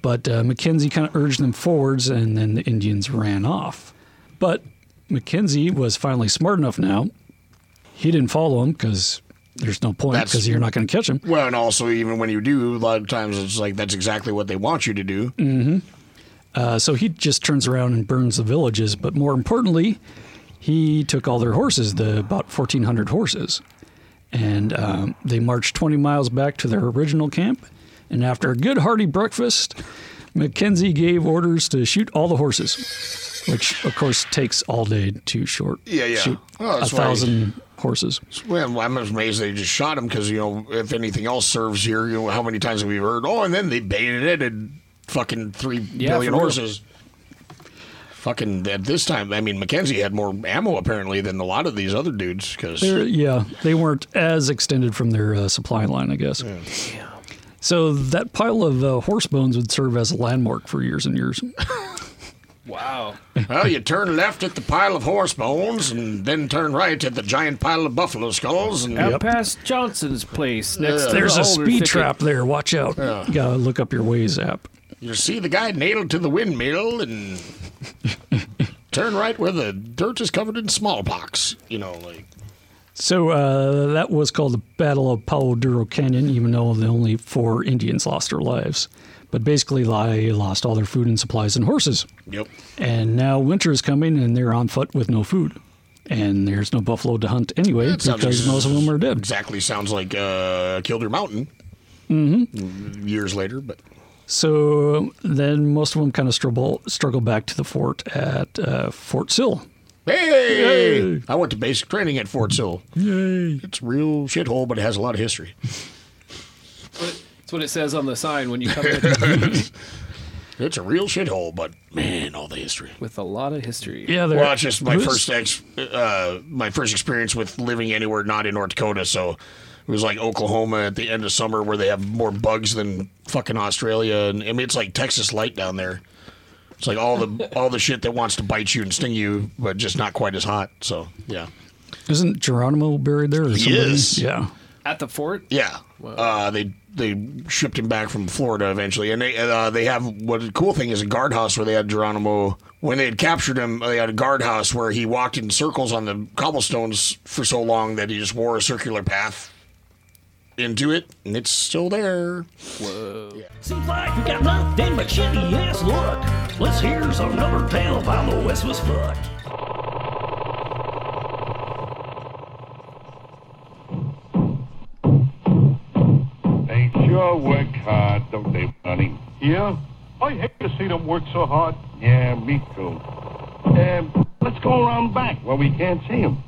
But uh, Mackenzie kind of urged them forwards, and then the Indians ran off. But Mackenzie was finally smart enough now. He didn't follow them because there's no point That's- because you're not going to catch him. well, and also, even when you do, a lot of times it's like that's exactly what they want you to do. Uh, so he just turns around and burns the villages, but more importantly, he took all their horses, the about 1,400 horses, and um, they marched 20 miles back to their original camp. And after a good hearty breakfast, Mackenzie gave orders to shoot all the horses, which of course takes all day to short. Yeah, yeah. Shoot Oh, a that's why- thousand horses. Well, I'm amazed they just shot him because, you know, if anything else serves here, you know, how many times have we heard, oh, and then they bayoneted fucking three billion Yeah, for real. horses. Fucking at this time, I mean, Mackenzie had more ammo apparently than a lot of these other dudes because They're- yeah, they weren't as extended from their uh, supply line, I guess. So that pile of uh, horse bones would serve as a landmark for years and years. wow. Well, you turn left at the pile of horse bones and then turn right at the giant pile of buffalo skulls. And Out past Johnson's place next to There's the a alder speed thicket. trap there. Watch out. You gotta look up your ways app. you see the guy nailed to the windmill and turn right where the dirt is covered in smallpox. You know, like, So uh, that was called the Battle of Palo Duro Canyon, even though the only four Indians lost their lives. But basically, they lost all their food and supplies and horses. yep. And now winter is coming, and they're on foot with no food. And there's no buffalo to hunt anyway That sounds because most of them are dead. Exactly sounds like uh, Kildare Mountain mm-hmm. years later, but So then most of them kind of struggle struggle back to the fort at uh, Fort Sill. hey! Yay! I went to basic training at Fort Sill. Yay! It's a real shithole, but it has a lot of history. That's what it says on the sign when you come in It's a real shithole, but man, all the history. with a lot of history. Yeah, they're- Well, it's just my who's- first ex, uh, my first experience with living anywhere not in North Dakota. So it was like Oklahoma at the end of summer, where they have more bugs than fucking Australia, and I mean it's like Texas light down there. It's like all the all the shit that wants to bite you and sting you, but just not quite as hot. So yeah, Isn't Geronimo buried there? Or somebody? is. Yeah. At the fort? yeah. Uh, they they shipped him back from Florida eventually, and they uh, they have what the cool thing is a guardhouse where they had Geronimo when they had captured him. They had a guardhouse where he walked in circles on the cobblestones for so long that he just wore a circular path into it, and it's still there. Seems like we got nothing but shitty ass luck. Let's hear some another tale of how the West was fucked. They sure work hard, don't they, buddy? Yeah? I hate to see them work so hard. Yeah, me too. Um, let's go around back where we can't see them.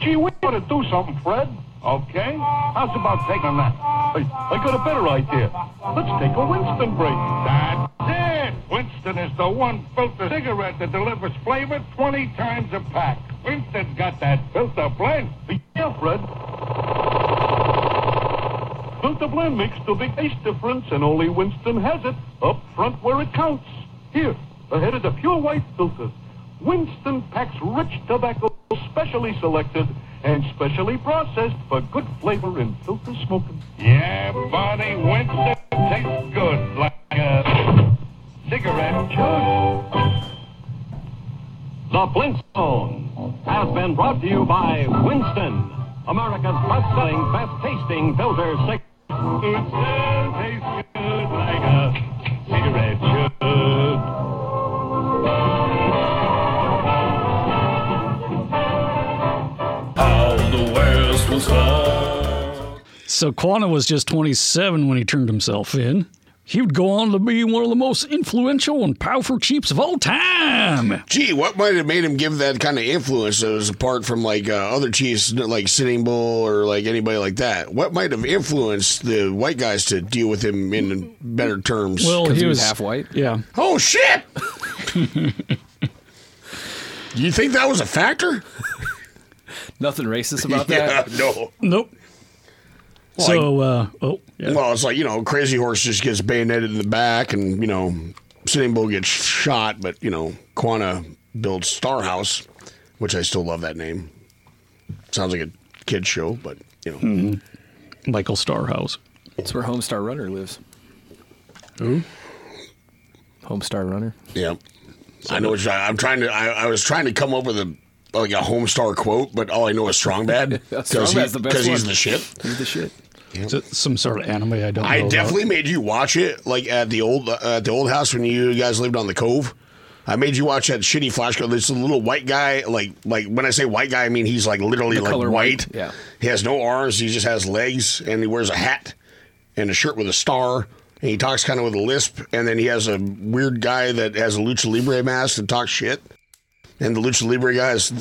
Gee, we ought to do something, Fred. Okay? How's about taking that? I, I got a better idea. Let's take a Winston break. That's it! Winston is the one filter cigarette that delivers flavor 20 times a pack. Winston's got that filter blend. Yeah, Fred. Filter blend makes the big taste difference, and only Winston has it up front where it counts. Here, ahead of the pure white filters, Winston packs rich tobacco specially selected and specially processed for good flavor in filter smoking. Yeah, buddy, Winston tastes good like a The Flintstone has been brought to you by Winston, America's best-selling, best-tasting filter cigarette. It still tastes good like a cigarette should. How the West was fought. So Quanah was just 27 when he turned himself in. He would go on to be one of the most influential and powerful chiefs of all time. Gee, what might have made him give that kind of influence that was apart from like uh, other chiefs like Sitting Bull or like anybody like that? What might have influenced the white guys to deal with him in better terms? Well, he, he was was half white? Yeah, oh shit! you think that was a factor? Nothing racist about Yeah, that. no. nope. so, uh, oh, yeah. Well, it's like you know, Crazy Horse just gets bayoneted in the back, and you know, Sitting Bull gets shot, but you know, Quana builds Star House, which I still love that name. Sounds like a kid show, but you know, Hmm. Michael Starhouse. It's where Homestar Runner lives. Who? Homestar Runner. yeah. I know. What you're, I'm trying to. I, I was trying to come up with a like a Homestar quote, but all I know is Strong Bad because Strongbad's the best he's one. the shit. He's the shit. Is it some sort of anime I don't know. I about? definitely made you watch it, like at the old uh, at the old house when you guys lived on the Cove. I made you watch that shitty flash. This little white guy, like like when I say white guy, I mean he's like literally The like color white. white, yeah. he has no arms. He just has legs, and he wears a hat and a shirt with a star. And he talks kind of with a lisp, and then he has a weird guy that has a lucha libre mask and talks shit. And the lucha libre guy is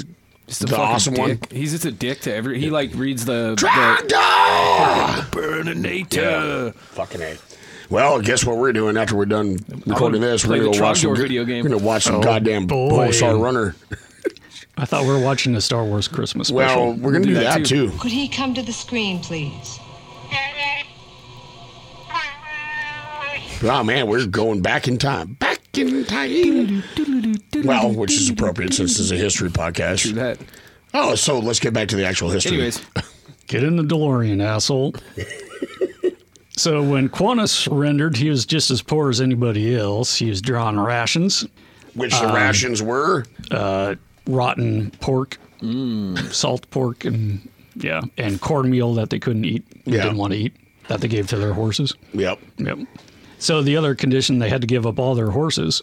Just a The fucking awesome one. dick. He's just a dick to every. He like reads the. the Drago. Burninator. Fucking A. Well, guess what we're doing after we're done recording this? We're play gonna the watch some Trogdor good- video game. We're gonna watch some goddamn boy. Pulsar Runner. I thought we were watching a Star Wars Christmas special. Well, we're gonna do, that, too. Could he come to the screen, please? Oh man, we're going back in time. Back in time. Well, which is appropriate since this is a history Do podcast. that. Oh, so let's get back to the actual history. Anyways, Get in the DeLorean, asshole. so when Qantas surrendered, he was just as poor as anybody else. He was drawing rations, which um, the rations were. rotten pork, salt pork, and yeah, and cornmeal that they couldn't eat, they Yeah. didn't want to eat, that they gave to their horses. Yep. Yep. So the other condition, they had to give up all their horses.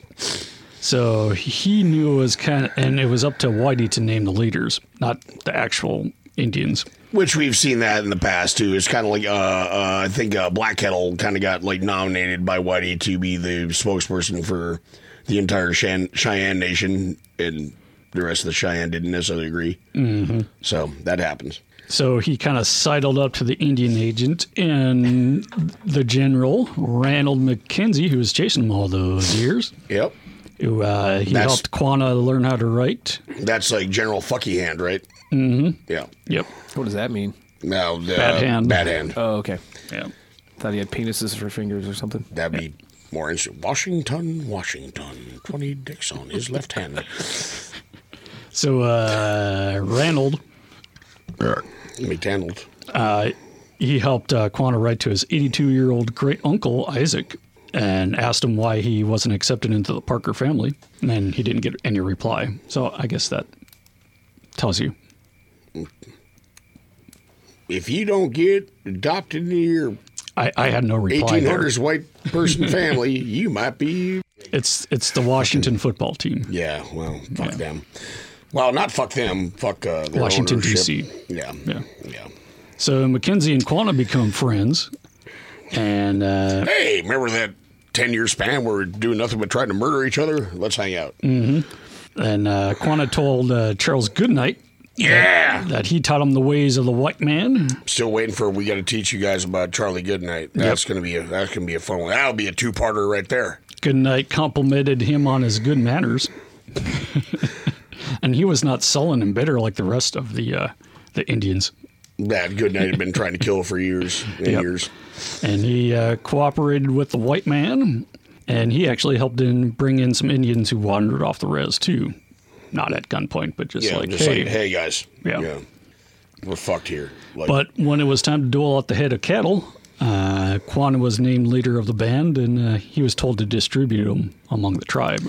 So he knew it was kind of, and it was up to Whitey to name the leaders, not the actual Indians. Which we've seen that in the past too. It's kind of like uh, uh, I think uh, Black Kettle kind of got like nominated by Whitey to be the spokesperson for the entire Shan- Cheyenne Nation, and the rest of the Cheyenne didn't necessarily agree. Mm-hmm. So that happens. So he kind of sidled up to the Indian agent and the general, Ranald McKenzie, who was chasing him all those years. Yep, Who, uh, he That's- helped Quana learn how to write. that's like General Fucky Hand, right? Mm-hmm. Yeah. Yep. what does that mean? Now the Bad Hand. Bad hand. Uh, Oh, okay. Yeah. Thought he had penises for fingers or something. That'd be more interesting. Washington, Washington, twenty dicks on his left hand. So uh, Ranald, Let me tangled. he helped uh, Quana write to his 82 year old great uncle, Isaac, and asked him why he wasn't accepted into the Parker family. And then he didn't get any reply. So I guess that tells you. If you don't get adopted into your I, I had no reply. There. 1800s white person family, you might be. It's it's the Washington football team. Yeah, well, fuck Yeah. them. Well, not fuck them. Fuck uh, their Washington, ownership. D.C.. Yeah, Yeah. yeah. So Mackenzie and Quana become friends, and uh, Hey, remember that ten year span where we're doing nothing but trying to murder each other? Let's hang out. Mm. and uh, Quanah told uh, Charles Goodnight Yeah. that he taught him the ways of the white man. Still waiting for. We got to teach you guys about Charlie Goodnight. That's gonna be a. That's gonna be a fun one. That'll be a two parter right there. Goodnight complimented him on his good manners, and he was not sullen and bitter like the rest of the uh, the Indians. That Goodnight had been trying to kill for years and Yep. years. And he uh, cooperated with the white man, and he actually helped in bring in some Indians who wandered off the res too, not at gunpoint, but just Yeah, like just hey, like hey guys. Yeah. We're fucked here. Like, But when it was time to duel out the head of cattle, uh, Quan was named leader of the band, and uh, he was told to distribute them among the tribe.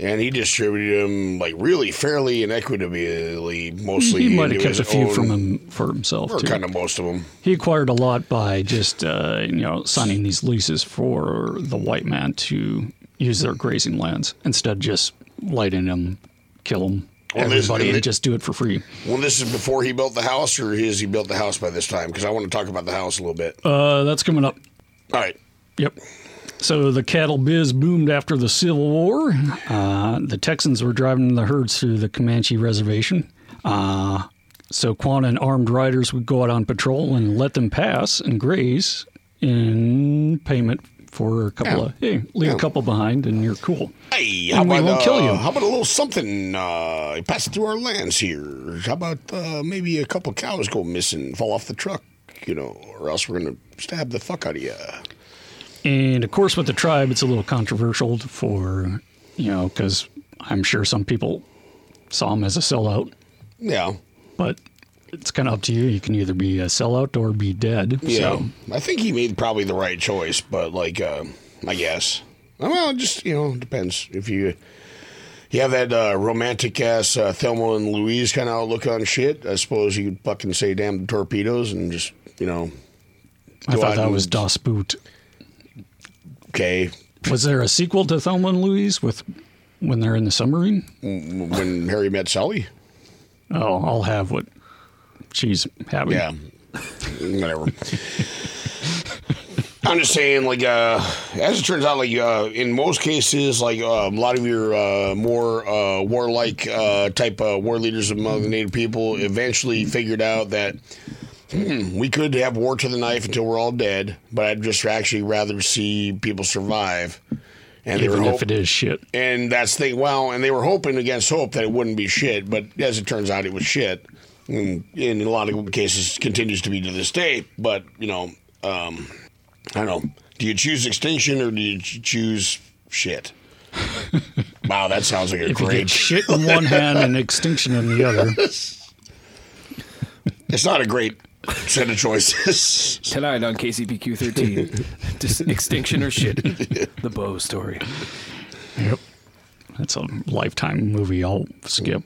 and he distributed them like really fairly and equitably, mostly. He might have into his kept a few own- from him for himself or too. kind of most of them. He acquired a lot by just uh, you know signing these leases for the white man to use their grazing lands instead of just lighting them, kill them, Well, this- everybody, and just do it for free. Well, this is before he built the house, or has he built the house by this time? Because I want to talk about the house a little bit. Uh, that's coming up. All right. Yep. So the cattle biz boomed after the Civil War. Uh, the Texans were driving the herds through the Comanche Reservation. Uh, so Quan and armed riders would go out on patrol and let them pass and graze in payment for a couple of hey, leave a couple behind and you're cool. Hey, how And we about won't kill uh, you. How about a little something uh, passing through our lands here? How about uh, maybe a couple cows go missing, fall off the truck, you know, or else we're gonna stab the fuck out of you. And of course, with the tribe, it's a little controversial for you know because I'm sure some people saw him as a sellout. Yeah, but it's kind of up to you. You can either be a sellout or be dead. yeah. So I think he made probably the right choice, but like, uh, I guess. Well, just you know, depends if you. You have that uh, romantic ass uh, Thelma and Louise kind of outlook on shit. I suppose you could fucking say damn the torpedoes and just, you know, I Go out thought that and- was Das Boot. okay, Was there a sequel to Thelma and Louise with when they're in the submarine? when Harry met Sally. Oh, I'll have what she's having. Yeah. Whatever. I'm just saying, like, uh, as it turns out, like, uh, in most cases, like, uh, a lot of your uh, more uh, warlike uh, type of war leaders among the Native people eventually figured out that hmm, we could have war to the knife until we're all dead, but I'd just actually rather see people survive. And even hope- if it is shit. and that's the well, and they were hoping against hope that it wouldn't be shit, but as it turns out, it was shit. And in a lot of cases, continues to be to this day. But you know, um, I don't know. Do you choose extinction or do you ch- choose shit? wow, that sounds like a If you great. get shit in one hand and extinction in the other, It's not a great set of choices. Tonight on KCPQ 13, just extinction or shit. The Bo story. Yep. That's a lifetime movie I'll skip.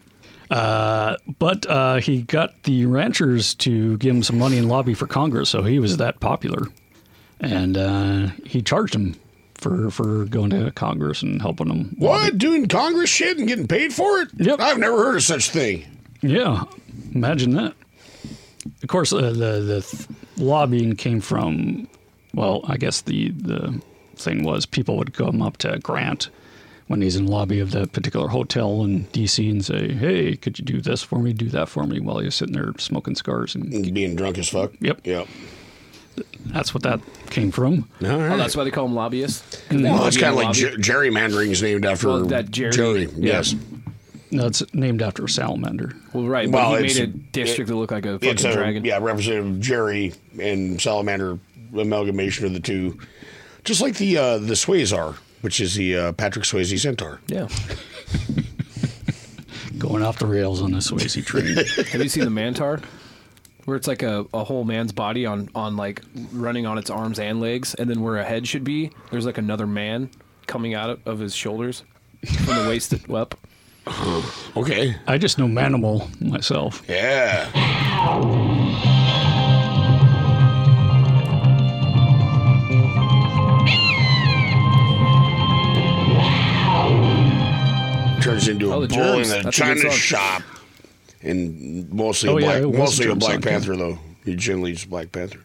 Uh, but uh, he got the ranchers to give him some money and lobby for Congress, so he was that popular. And uh, he charged him for, for going to Congress and helping them. what doing Congress shit and getting paid for it? Yep. I've never heard of such thing. Yeah, imagine that. Of course, uh, the the th- lobbying came from. Well, I guess the the thing was people would come up to Grant when he's in the lobby of the particular hotel in D.C. and say, "Hey, could you do this for me? Do that for me?" While he's sitting there smoking cigars, and Being drunk as fuck. Yep. Yep. that's what that came from. All right. Oh, that's why they call him lobbyists. Well, it's Lobby in kind of the like lobby. ger- gerrymandering is named after Well, that Jerry- yeah. Yes, No, it's named after a salamander. Well, right. But Well, he it's- made a district that looked like a fucking it's a dragon. yeah Representative Jerry and Salamander amalgamation of the two, just like the uh, the Swayzar, which is the uh, Patrick Swayze centaur. Yeah. Going off the rails on the Swayze train. Have you seen the Mantar? Where it's like a, a whole man's body on, on like running on its arms and legs, and then where a head should be, there's like another man coming out of his shoulders from the waist up. Okay, I just know Manimal myself. yeah, turns into a Oh, the bull Germs. in a That's a good China song. shop, and mostly Oh, a yeah, black, it was a mostly a Germs Black song, Panther though. He generally is Black Panther.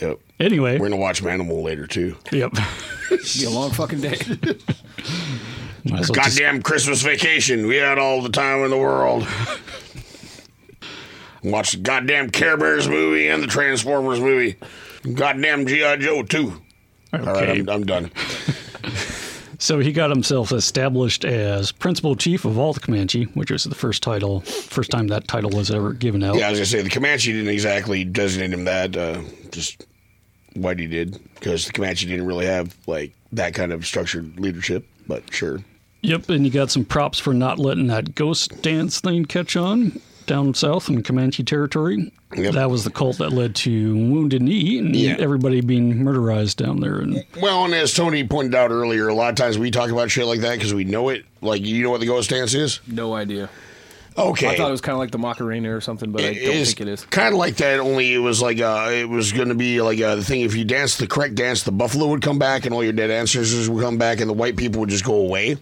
yep. Anyway, We're gonna watch Manimal later too. yep. It'd be a long fucking day. Might as well just- Goddamn Christmas vacation. We had all the time in the world. Watch the goddamn Care Bears movie and the Transformers movie. Goddamn G.I. Joe too. All right, Okay. I'm, I'm done. So he got himself established as principal chief of all the Comanche, which was the first title, first time that title was ever given out. Yeah, I was gonna say the Comanche didn't exactly designate him that. Uh, just Whitey did because the Comanche didn't really have like that kind of structured leadership. But sure, Yep, and he got some props for not letting that ghost dance thing catch on. down south in Comanche territory. Yep. That was the cult that led to Wounded Knee and Yeah. everybody being murderized down there. And Well, and as Tony pointed out earlier, a lot of times we talk about shit like that because we know it. Like, you know what the ghost dance is? No idea. Okay. I thought it was kind of like the Macarena or something, but I don't think it is. Kind of like that, only it was like uh, it was going to be like uh, the thing. If you danced the correct dance, the buffalo would come back, and all your dead ancestors would come back, and the white people would just go away.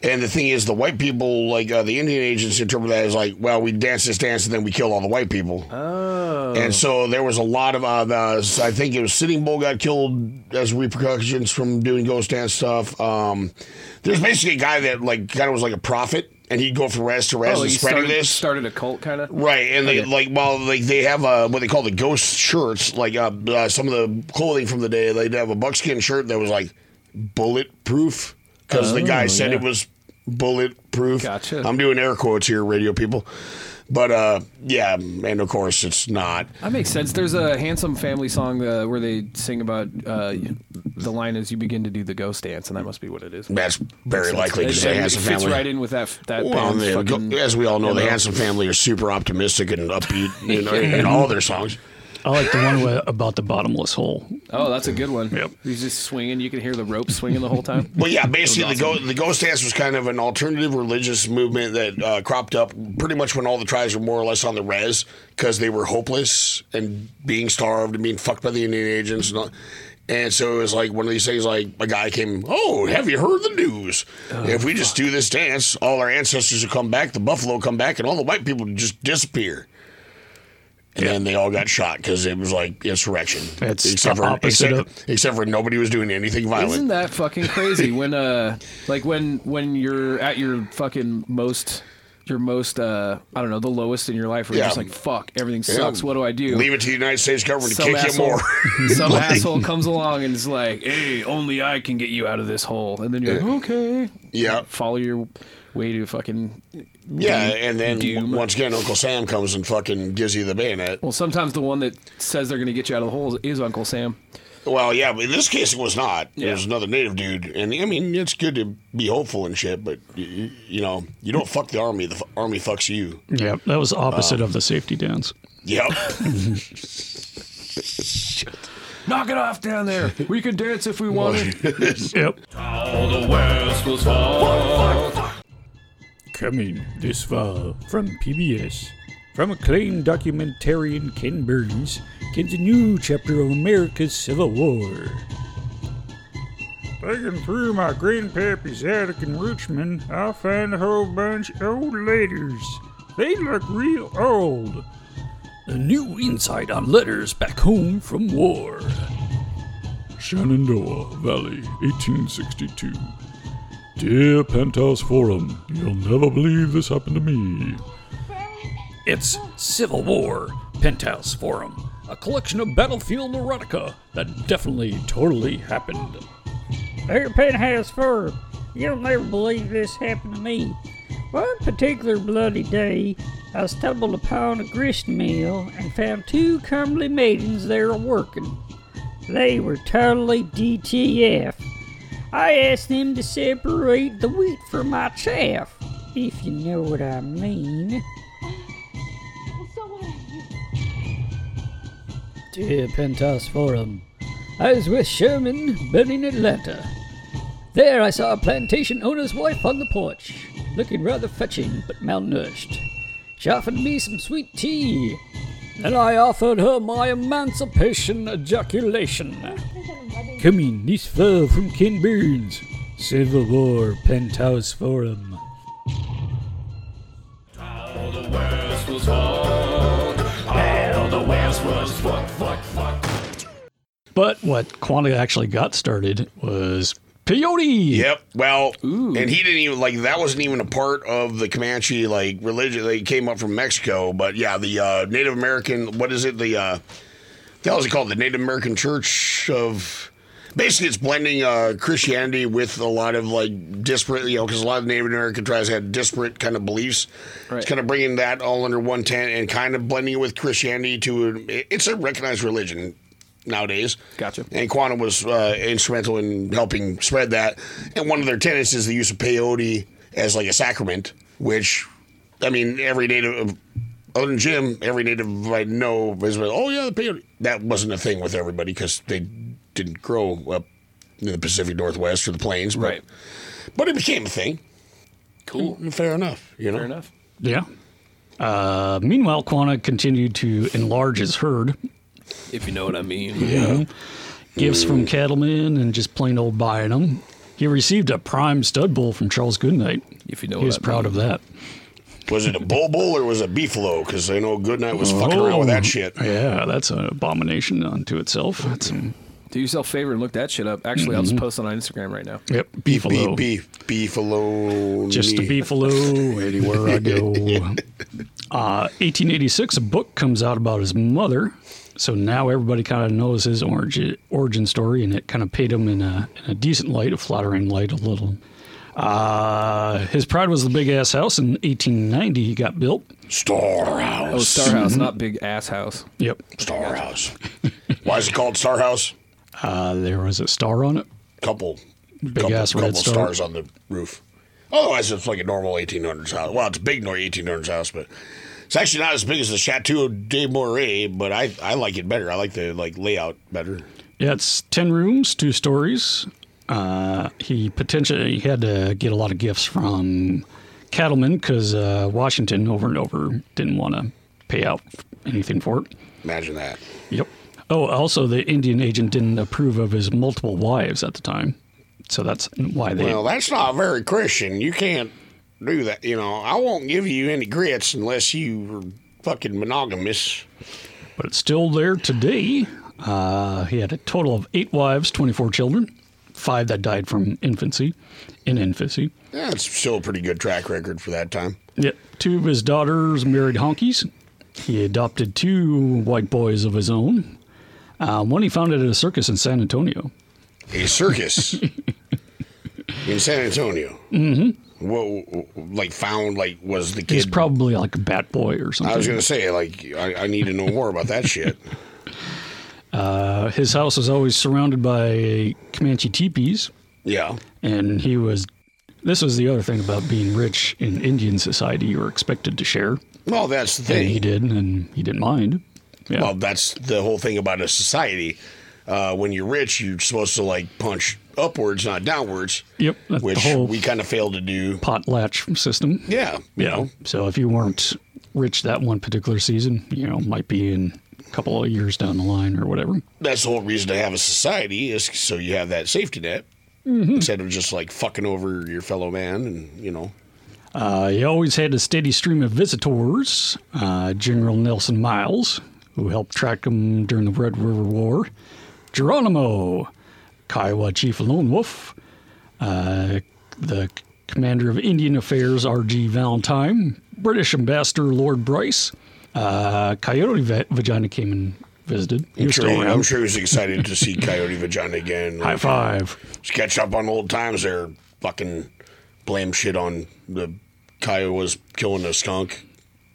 And the thing is, the white people, like uh, the Indian agents, interpret that as like, well, we dance this dance, and then we kill all the white people. Oh, And so there was a lot of, uh, the, I think it was Sitting Bull got killed as repercussions from doing ghost dance stuff. Um, there's basically a guy that like kind of was like a prophet, and he'd go from raz to raz oh and you spreading started, this. started a cult kind of. Right, and they like well, like they have uh, what they call the ghost shirts, like uh, uh, some of the clothing from the day. They'd have a buckskin shirt that was like bulletproof because the guy said it was bulletproof. Oh, Gotcha. I'm doing air quotes here, radio people, but uh, yeah, and of course it's not. That makes sense. There's a handsome family song uh, where they sing about uh, the line is "You begin to do the ghost dance," and that must be what it is. That's very likely It- because they it have some fits family. right in with that. that well, band's they- fucking- as we all know, the MO. Handsome Family are super optimistic and upbeat you know, in, in all their songs. I like the one with, about the bottomless hole. Oh, that's a good one. Yep. He's just swinging. You can hear the rope swinging the whole time. But yeah, basically the ghost, the ghost dance was kind of an alternative religious movement that uh, cropped up pretty much when all the tribes were more or less on the res because they were hopeless and being starved and being fucked by the Indian agents. And, all. and so it was like one of these things like a guy came, oh, have you heard the news? Oh, if we just do this dance, all our ancestors will come back, the buffalo will come back, and all the white people just disappear. And then they all got shot because it was like insurrection. It's the opposite except, of- except for nobody was doing anything violent. Isn't that fucking crazy? When uh, like when when you're at your fucking most, your most uh, I don't know, the lowest in your life, where Yeah. you're just like, fuck, everything Yeah. sucks. What do I do? Leave it to the United States government to kick you more. some asshole comes along and is like, "Hey, only I can get you out of this hole," and then you're like, "Okay, Yeah. follow your way to fucking." Yeah, and then Doom. once again, Uncle Sam comes and fucking gives you the bayonet. Well, sometimes the one that says they're gonna get you out of the hole is Uncle Sam. Well, yeah, but in this case, it was not. It Yeah. was another native dude, and I mean, it's good to be hopeful and shit, but y- y- you know, you don't fuck the army. The f- army fucks you. Yeah, that was opposite of the safety dance. Yep. Knock it off down there. We can dance if we wanted. Yep. All the West was fall. Coming this fall from PBS. From acclaimed documentarian Ken Burns comes a new chapter of America's Civil War. Digging through my grandpappy's attic in Richmond, I find a whole bunch of old letters. They look real old. A new insight on letters back home from war. Shenandoah Valley, 1862. Dear Penthouse Forum, you'll never believe this happened to me. It's Civil War Penthouse Forum, a collection of battlefield erotica that definitely totally happened. Here, Penthouse Forum, you'll never believe this happened to me. One particular bloody day, I stumbled upon a grist mill and found two comely maidens there working. They were totally DTF. I asked them to separate the wheat from my chaff, if you know what I mean. Dear Pentos Forum, I was with Sherman, but in Atlanta. There I saw a plantation owner's wife on the porch, looking rather fetching but malnourished. She offered me some sweet tea, and I offered her my emancipation ejaculation. Coming this fall from Ken Burns, Civil War Penthouse Forum. All the West was fall. All the West was fuck, fuck, fuck. But what Quanta actually got started was peyote. yep. Well, and he didn't even like that. Wasn't even a part of the Comanche like religion. They came up from Mexico, but yeah, the uh, Native American. What is it? The uh, the hell is it called? The Native American Church of. Basically, it's blending uh, Christianity with a lot of like disparate, you know, because a lot of Native American tribes had disparate kind of beliefs. Right. It's kind of bringing that all under one tent and kind of blending it with Christianity to it's a recognized religion nowadays. Gotcha. And Quantum was uh, instrumental in helping spread that. And one of their tenets is the use of peyote as like a sacrament, which I mean, every native, other than Jim, every native I know is like, oh yeah, the peyote. That wasn't a thing with everybody because they didn't grow up in the Pacific Northwest or the plains, but, Right. But it became a thing. Cool. fair enough. You know. Fair enough. Yeah. Uh, meanwhile, Quanah continued to enlarge his herd, If you know what I mean. gifts from cattlemen, and just plain old buying them. He received a prime stud bull from Charles Goodnight. If you know He what was I proud mean. of that. Was it a bull bull or was it a beefalo? Because I know Goodnight was fucking around with that shit. Oh, Yeah, that's an abomination unto itself. That's um, Do yourself a favor and look that shit up. Actually, I'll just Mm-hmm. post it on Instagram right now. yep, beefalo. Beef, beef, beefalo. Just a beefalo anywhere I go. Uh, 1886, a book comes out about his mother. So now everybody kind of knows his origin, origin story, and it kind of paid him in a, in a decent light, a flattering light, a little. Uh, his pride was the big ass house in 1890 he got built. Starhouse. Oh, Star House, not Big Ass House. Yep. Star House. Why is it called Star House? Uh, there was a star on it. Couple, Big couple, ass couple red star. stars on the roof. Otherwise, it's like a normal 1800s house. Well, it's a big nor 1800s house, but it's actually not as big as the Chateau de Moray. But I, I like it better. I like the like layout better. Yeah, it's 10 rooms, two stories. Uh, he potentially had to get a lot of gifts from cattlemen because uh, Washington over and over didn't want to pay out anything for it. Imagine that. Yep. Oh, also, the Indian agent didn't approve of his multiple wives at the time. So that's why they. Well, that's not very Christian. You can't do that. You know, I won't give you any grits unless you are fucking monogamous. but it's still there today. Uh, he had a total of eight wives, 24 children, five that died from infancy, in infancy. Yeah, it's still a pretty good track record for that time. Yeah, two of his daughters married honkies. He adopted two white boys of his own. Uh, one he founded at a circus in San Antonio. a circus in San Antonio. Mm-hmm. What, like, found like was the He's kid? probably like a bat boy or something. I was gonna say like I, I need to know more about that shit. Uh, his house was always surrounded by Comanche teepees, Yeah, and he was. This was the other thing about being rich in Indian society. You were expected to share, well that's the and thing. he did, and he didn't mind. Yeah. Well, that's the whole thing about a society. Uh, when you're rich, you're supposed to like punch upwards, not downwards. yep. That's Which the whole we kind of failed to do. potlatch system. Yeah, you Yeah. know, So if you weren't rich that one particular season, you know, might be in a couple of years down the line or whatever. that's the whole reason to have a society is so you have that safety net Mm-hmm. instead of just like fucking over your fellow man and you know. Uh, he always had a steady stream of visitors. Uh, General Nelson Miles, who helped track him during the Red River War, Geronimo, Kiowa Chief Lone Wolf, uh, the Commander of Indian Affairs R.G. Valentine, British Ambassador Lord Bryce, uh, Coyote Va- Vagina came and visited. He I'm was sure, still I'm around. sure he was excited to see Coyote Vagina again. High Like, five. just catch up on old times there. Fucking blame shit on the Kiowas killing a skunk.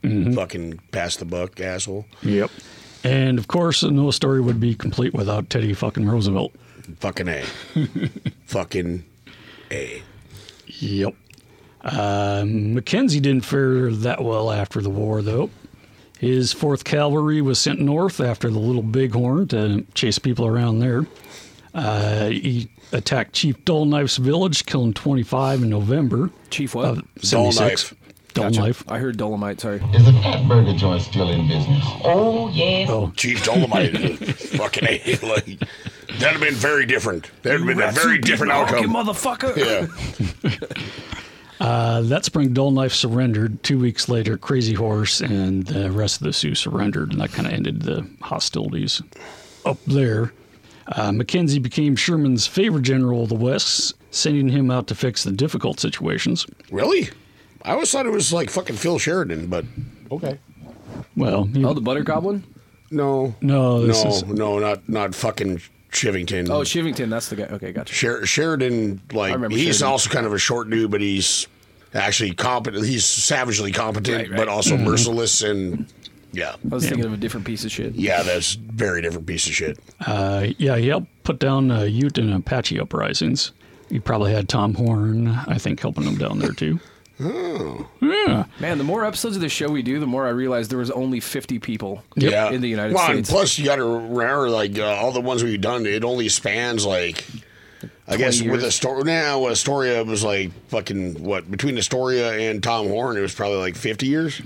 Fucking pass the buck, asshole. Yep. And of course, no story would be complete without Teddy fucking Roosevelt. Fucking A. fucking A. Yep. Um, Mackenzie didn't fare that well after the war, though. His 4th Cavalry was sent north after the Little Bighorn to chase people around there. Uh, he attacked Chief Dull Knife's village, killing 25 in November. Chief Uh, what? Dull 76. Knife. Dull Gotcha. Knife. I heard Dolomite, sorry. Is the Pat Burger joint still in business? Oh, yes. Chief Dolomite. fucking A. Like, that'd have been very different. That'd have been a very different You outcome. motherfucker! Yeah. Uh, that spring, Dull Knife surrendered. Two weeks later, Crazy Horse and the rest of the Sioux surrendered, and that kind of ended the hostilities up there. Uh, Mackenzie became Sherman's favorite general of the West, sending him out to fix the difficult situations. Really? I always thought it was like fucking Phil Sheridan, but okay. Well, he, Oh, the Butter Goblin? No. no, this no, is no, not not fucking Shivington. Oh, Shivington, that's the guy. Okay, gotcha. Sher- Sheridan, like remember he's Sheridan. also kind of a short dude, but he's actually competent. He's savagely competent, but also Mm-hmm. merciless and yeah, I was thinking of a different piece of shit. yeah. That's very different piece of shit. uh, yeah, he helped put down uh, Ute and Apache uprisings. He probably had Tom Horn, I think, helping him down there too. Oh. Yeah. Man, the more episodes of the show we do, the more I realize there was only 50 people Yeah. in the United well, and States. plus you got to remember, like uh, all the ones we've done, it only spans like, I guess 20 with years. Astoria. Now Astoria was like fucking what between Astoria and Tom Horn, it was probably like fifty years.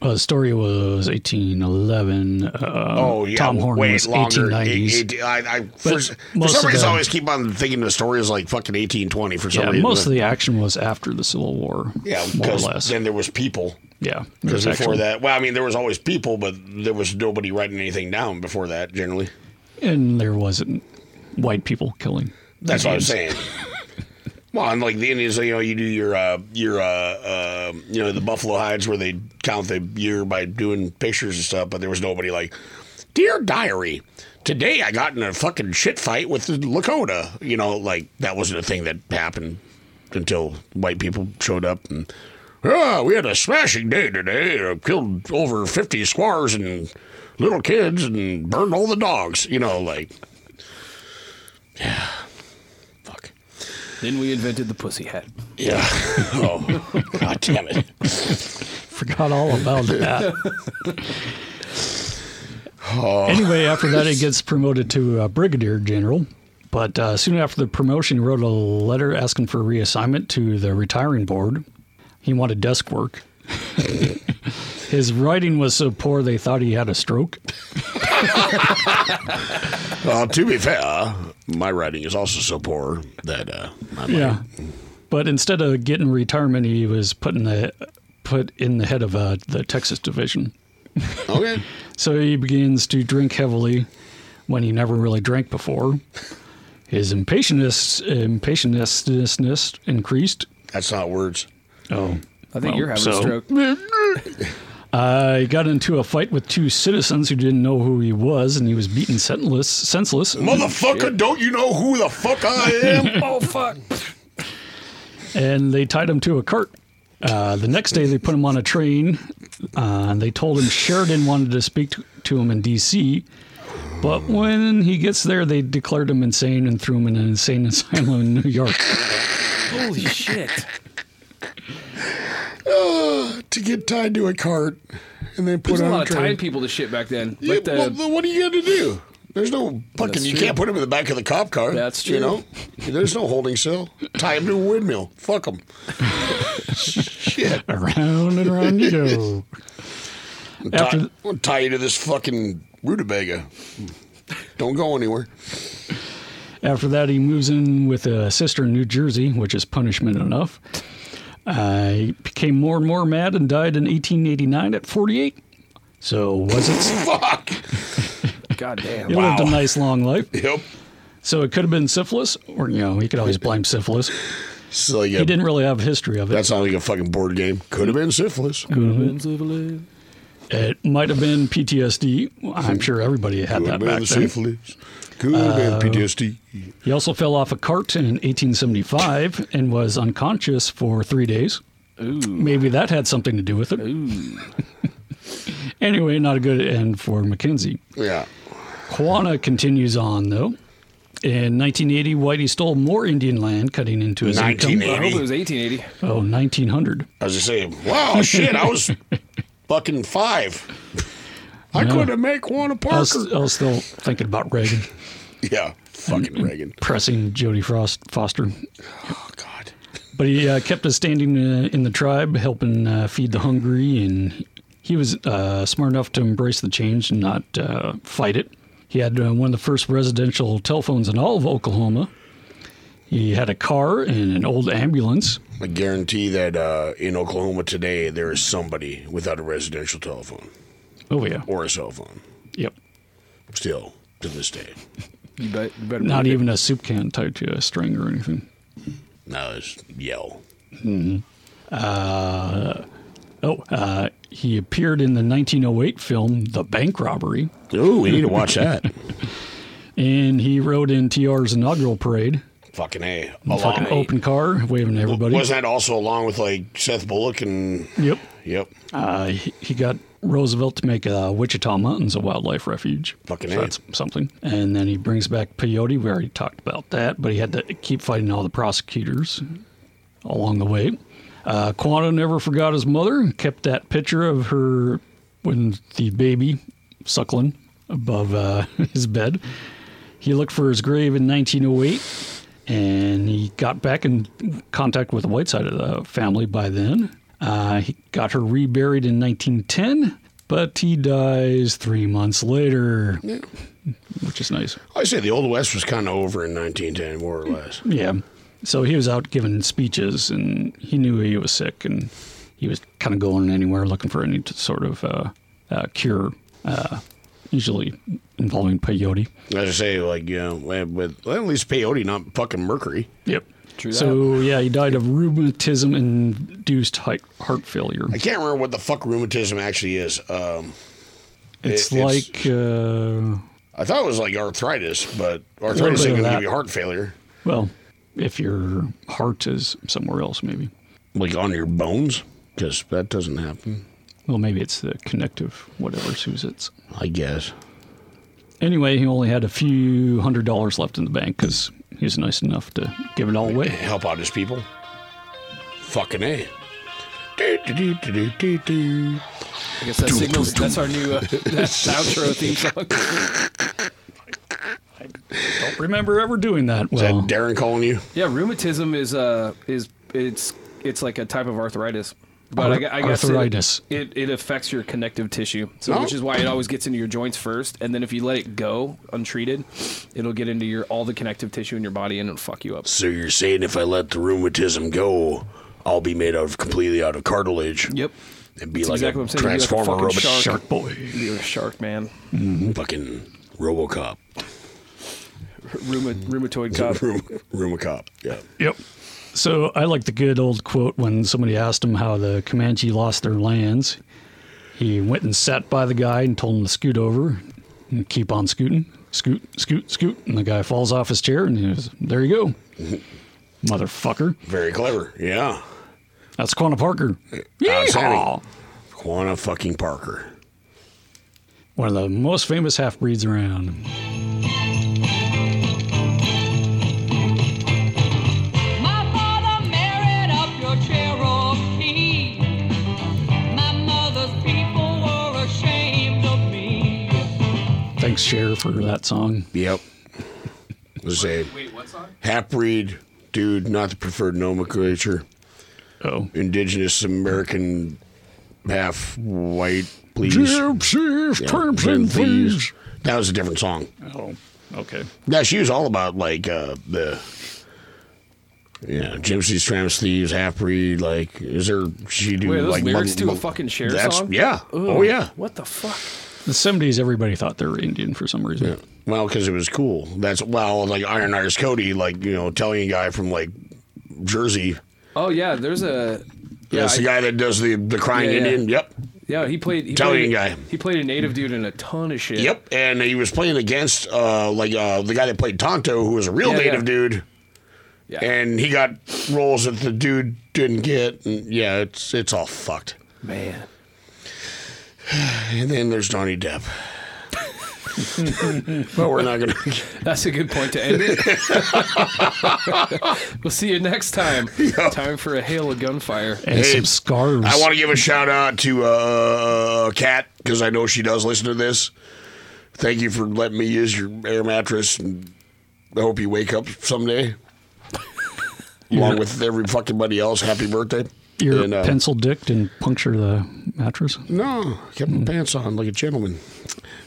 Well, Uh, the story was 1811. Uh, oh yeah, Tom Horn way was longer. 1890s. Eight- eight- I, I, for, s- for most some of reason, the- I always keep on thinking Astoria is like fucking eighteen twenty for some yeah, reason. most of the action was after the Civil War. yeah, more or because less. then there was people. yeah, Because there's before actual- that, well, I mean, there was always people, but there was nobody writing anything down before that. Generally, and there wasn't white people killing. that's what I'm Indians. saying. well, and like the Indians, you know, you do your uh, your uh, uh, you know the buffalo hides where they count the year by doing pictures and stuff, but there was nobody like, dear diary, today I got in a fucking shit fight with the Lakota. You know, like that wasn't a thing that happened until white people showed up and. Yeah, we had a smashing day today. I killed over 50 squaws and little kids and burned all the dogs. You know, like, Then we invented the pussy hat. yeah. oh, God damn it. Forgot all about that. Oh. Anyway, after that, he gets promoted to uh, brigadier general. But uh, soon after the promotion, he wrote a letter asking for reassignment to the retiring board. He wanted desk work. His writing was so poor they thought he had a stroke. Well, to be fair, my writing is also so poor that uh, I'm Yeah, but instead of getting retirement, he was put in the put in the head of uh, the Texas division. like, okay. So he begins to drink heavily when he never really drank before. His impatientness impatientness increased. That's not words. Oh, I think Well, you're having a so- stroke. uh, he got into a fight with two citizens who didn't know who he was, and he was beaten senseless. Senseless. Motherfucker, don't you know who the fuck I am? Oh, fuck. and they tied him to a cart. Uh, the next day, they put him on a train. Uh, and they told him Sheridan wanted to speak to, to him in D.C., but when he gets there, they declared him insane and threw him in an insane asylum in New York. Holy shit. to get tied to a cart and then put There's a on lot a of train. tied people to shit back then. Yeah, Like the, well, then what are you going to do? There's no fucking. That's You true. can't put him in the back of the cop car. That's You true. know, there's no holding cell. Tie him to a windmill. Fuck him. Shit. Around and around you go. After tie, I'll tie you to this fucking rutabaga. Don't go anywhere. After that, he moves in with a sister in New Jersey, which is punishment enough. Uh, he became more and more mad and died in 1889 at 48. So was it? Fuck. God damn. He lived a Wow. nice long life. Yep. So it could have been syphilis, or you know, he could always blame syphilis. It's like a- He didn't really have a history of it. That sounds like a fucking board game. Could have been syphilis. it might have been PTSD. I'm sure everybody had Could that have back been then. Uh, syphilis. Could have been PTSD. He also fell off a cart in 1875 and was unconscious for three days. Maybe that had something to do with it. anyway, not a good end for Mackenzie. Yeah. Quanah continues on, though. In 1980, Whitey stole more Indian land, cutting into his income. I hope 1980. it was 1880. Oh, 1900. As I say, wow, shit, I was fucking five. I No. couldn't make one a I Parker. was, I was still thinking about Reagan yeah, Mm-hmm. fucking Reagan. pressing Jody Frost Foster, Oh, God. but he uh, kept his standing uh, in the tribe, helping uh, feed the hungry, and he was uh, smart enough to embrace the change and not uh, fight it. He had uh, one of the first residential telephones in all of Oklahoma. He had a car and an old ambulance. I guarantee that uh, in Oklahoma today, there is somebody without a residential telephone Oh yeah, or a cell phone. yep. Still to this day. You, bet, you better Not believe it. even a soup can tied to a string or anything. Now it's yell. Oh, uh, he appeared in the 1908 film The Bank Robbery, Ooh, we need to watch that. and he rode in TR's inaugural parade, fucking A. fucking Along, open car, waving to everybody. wasn't that also along with like Seth Bullock and. Yep. Yep. Uh, he, he got Roosevelt to make uh, Wichita Mountains a wildlife refuge. Fucking so A. that's something. And then he brings back peyote. We already talked about that, but he had to keep fighting all the prosecutors along the way. Uh, Quanto never forgot his mother and kept that picture of her when the baby suckling above uh, his bed. He looked for his grave in 1908 and he got back in contact with the white side of the family by then. Uh, he got her reburied in 1910, but he dies three months later, which is nice. I say the Old West was kind of over in 1910, more or less. Yeah. So he was out giving speeches and he knew he was sick and he was kind of going anywhere looking for any t- sort of uh, uh, cure, uh, usually involving peyote. As I say, like, you know, eh, but well, at least peyote, not fucking mercury. Yep. True So yeah, he died of rheumatism induced hi- heart failure. I can't remember what the fuck rheumatism actually is. Um, It's it- it's- like uh, I thought it was like arthritis, but arthritis bit ain't going to of that. give you heart failure. well, if your heart is somewhere else, maybe. Like on your bones? Because that doesn't happen, Well, maybe it's the connective whatever Susits. I guess. Anyway, he only had a few hundred dollars left in the bank because he was nice enough to give it all away. Help out his people. Fucking A. Do, do, do, do, do, do, do. I guess that signals that's our new uh, that's the outro theme song. Don't remember ever doing that. Is that Well, Darren calling you? Yeah, rheumatism is uh is it's it's like a type of arthritis. But I, gu- I guess it- Arthritis. It, it affects your connective tissue, so Oh. which is why it always gets into your joints first, and then if you let it go untreated, it'll get into your all the connective tissue in your body and it'll fuck you up. So you're saying if I let the rheumatism go, I'll be made out of completely out of cartilage Yep, and be That's like exactly a what I'm saying. You'd be like transformer a fucking robot shark. shark, boy, you're a shark man, fucking RoboCop, Rheuma, rheumatoid cop. Rheum- RoboCop. Yeah. Yep. So I like the good old quote when somebody asked him how the Comanche lost their lands. He went and sat by the guy and told him to scoot over and keep on scooting. Scoot, scoot, scoot. And the guy falls off his chair and he goes, There you go. Motherfucker. Very clever. Yeah. That's Quanah Parker. Outstanding. Yeehaw! Quanah fucking Parker. One of the most famous half breeds around. My father married up your Cherokee. My mother's people were ashamed of me. Thanks, Cher, for that song. Yep. Let's say Wait, what song? half breed dude, not the preferred nomenclature. Oh. Indigenous American, half white, please. Yeah, please. That was a different song. Oh, okay. Yeah, she was all about like uh, the yeah, gypsies, tramps, thieves, half breed. Like, is there she do Wait, are those like lyrics mug- to a mug- fucking Cher that's, song? Yeah. Ugh, Oh yeah. Hmm. What the fuck? The 70s, everybody thought they were Indian for some reason. Well, because it was cool. That's well, like Iron Iris Cody, like you know, Italian guy from like Jersey. Oh yeah, there's a yeah That's I- the guy that does the the crying Yeah, yeah. Indian. Yep. yeah he played he Italian guy. played, He played a native dude in a ton of shit. Yep, and he was playing against uh, like uh, the guy that played Tonto, who was a real Yeah, native yeah. dude, Yeah. and he got roles that the dude didn't get. And yeah, it's it's all fucked. man. And then there's Johnny Depp. but we're not gonna. That's a good point to end it. we'll see you next time. Time for a hail of gunfire. And Hey, some scarves. I want to give a shout out to uh, Kat because I know she does listen to this. Thank you for letting me use your air mattress, and I hope you wake up someday, along with every fucking buddy else. Happy birthday! Your And, uh, pencil dick didn't puncture the mattress. No, kept my pants on like a gentleman.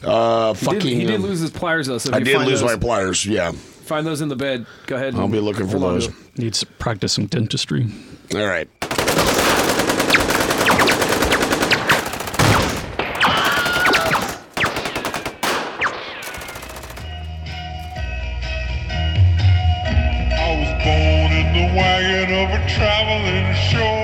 Uh, Did, fucking. he did um, lose his pliers though. So if I you did find lose those, my pliers. Yeah, Find those in the bed. Go ahead. I'll and be looking for hold on to those. them. Needs to practice some dentistry. All right. I was born in the wagon of a traveling show.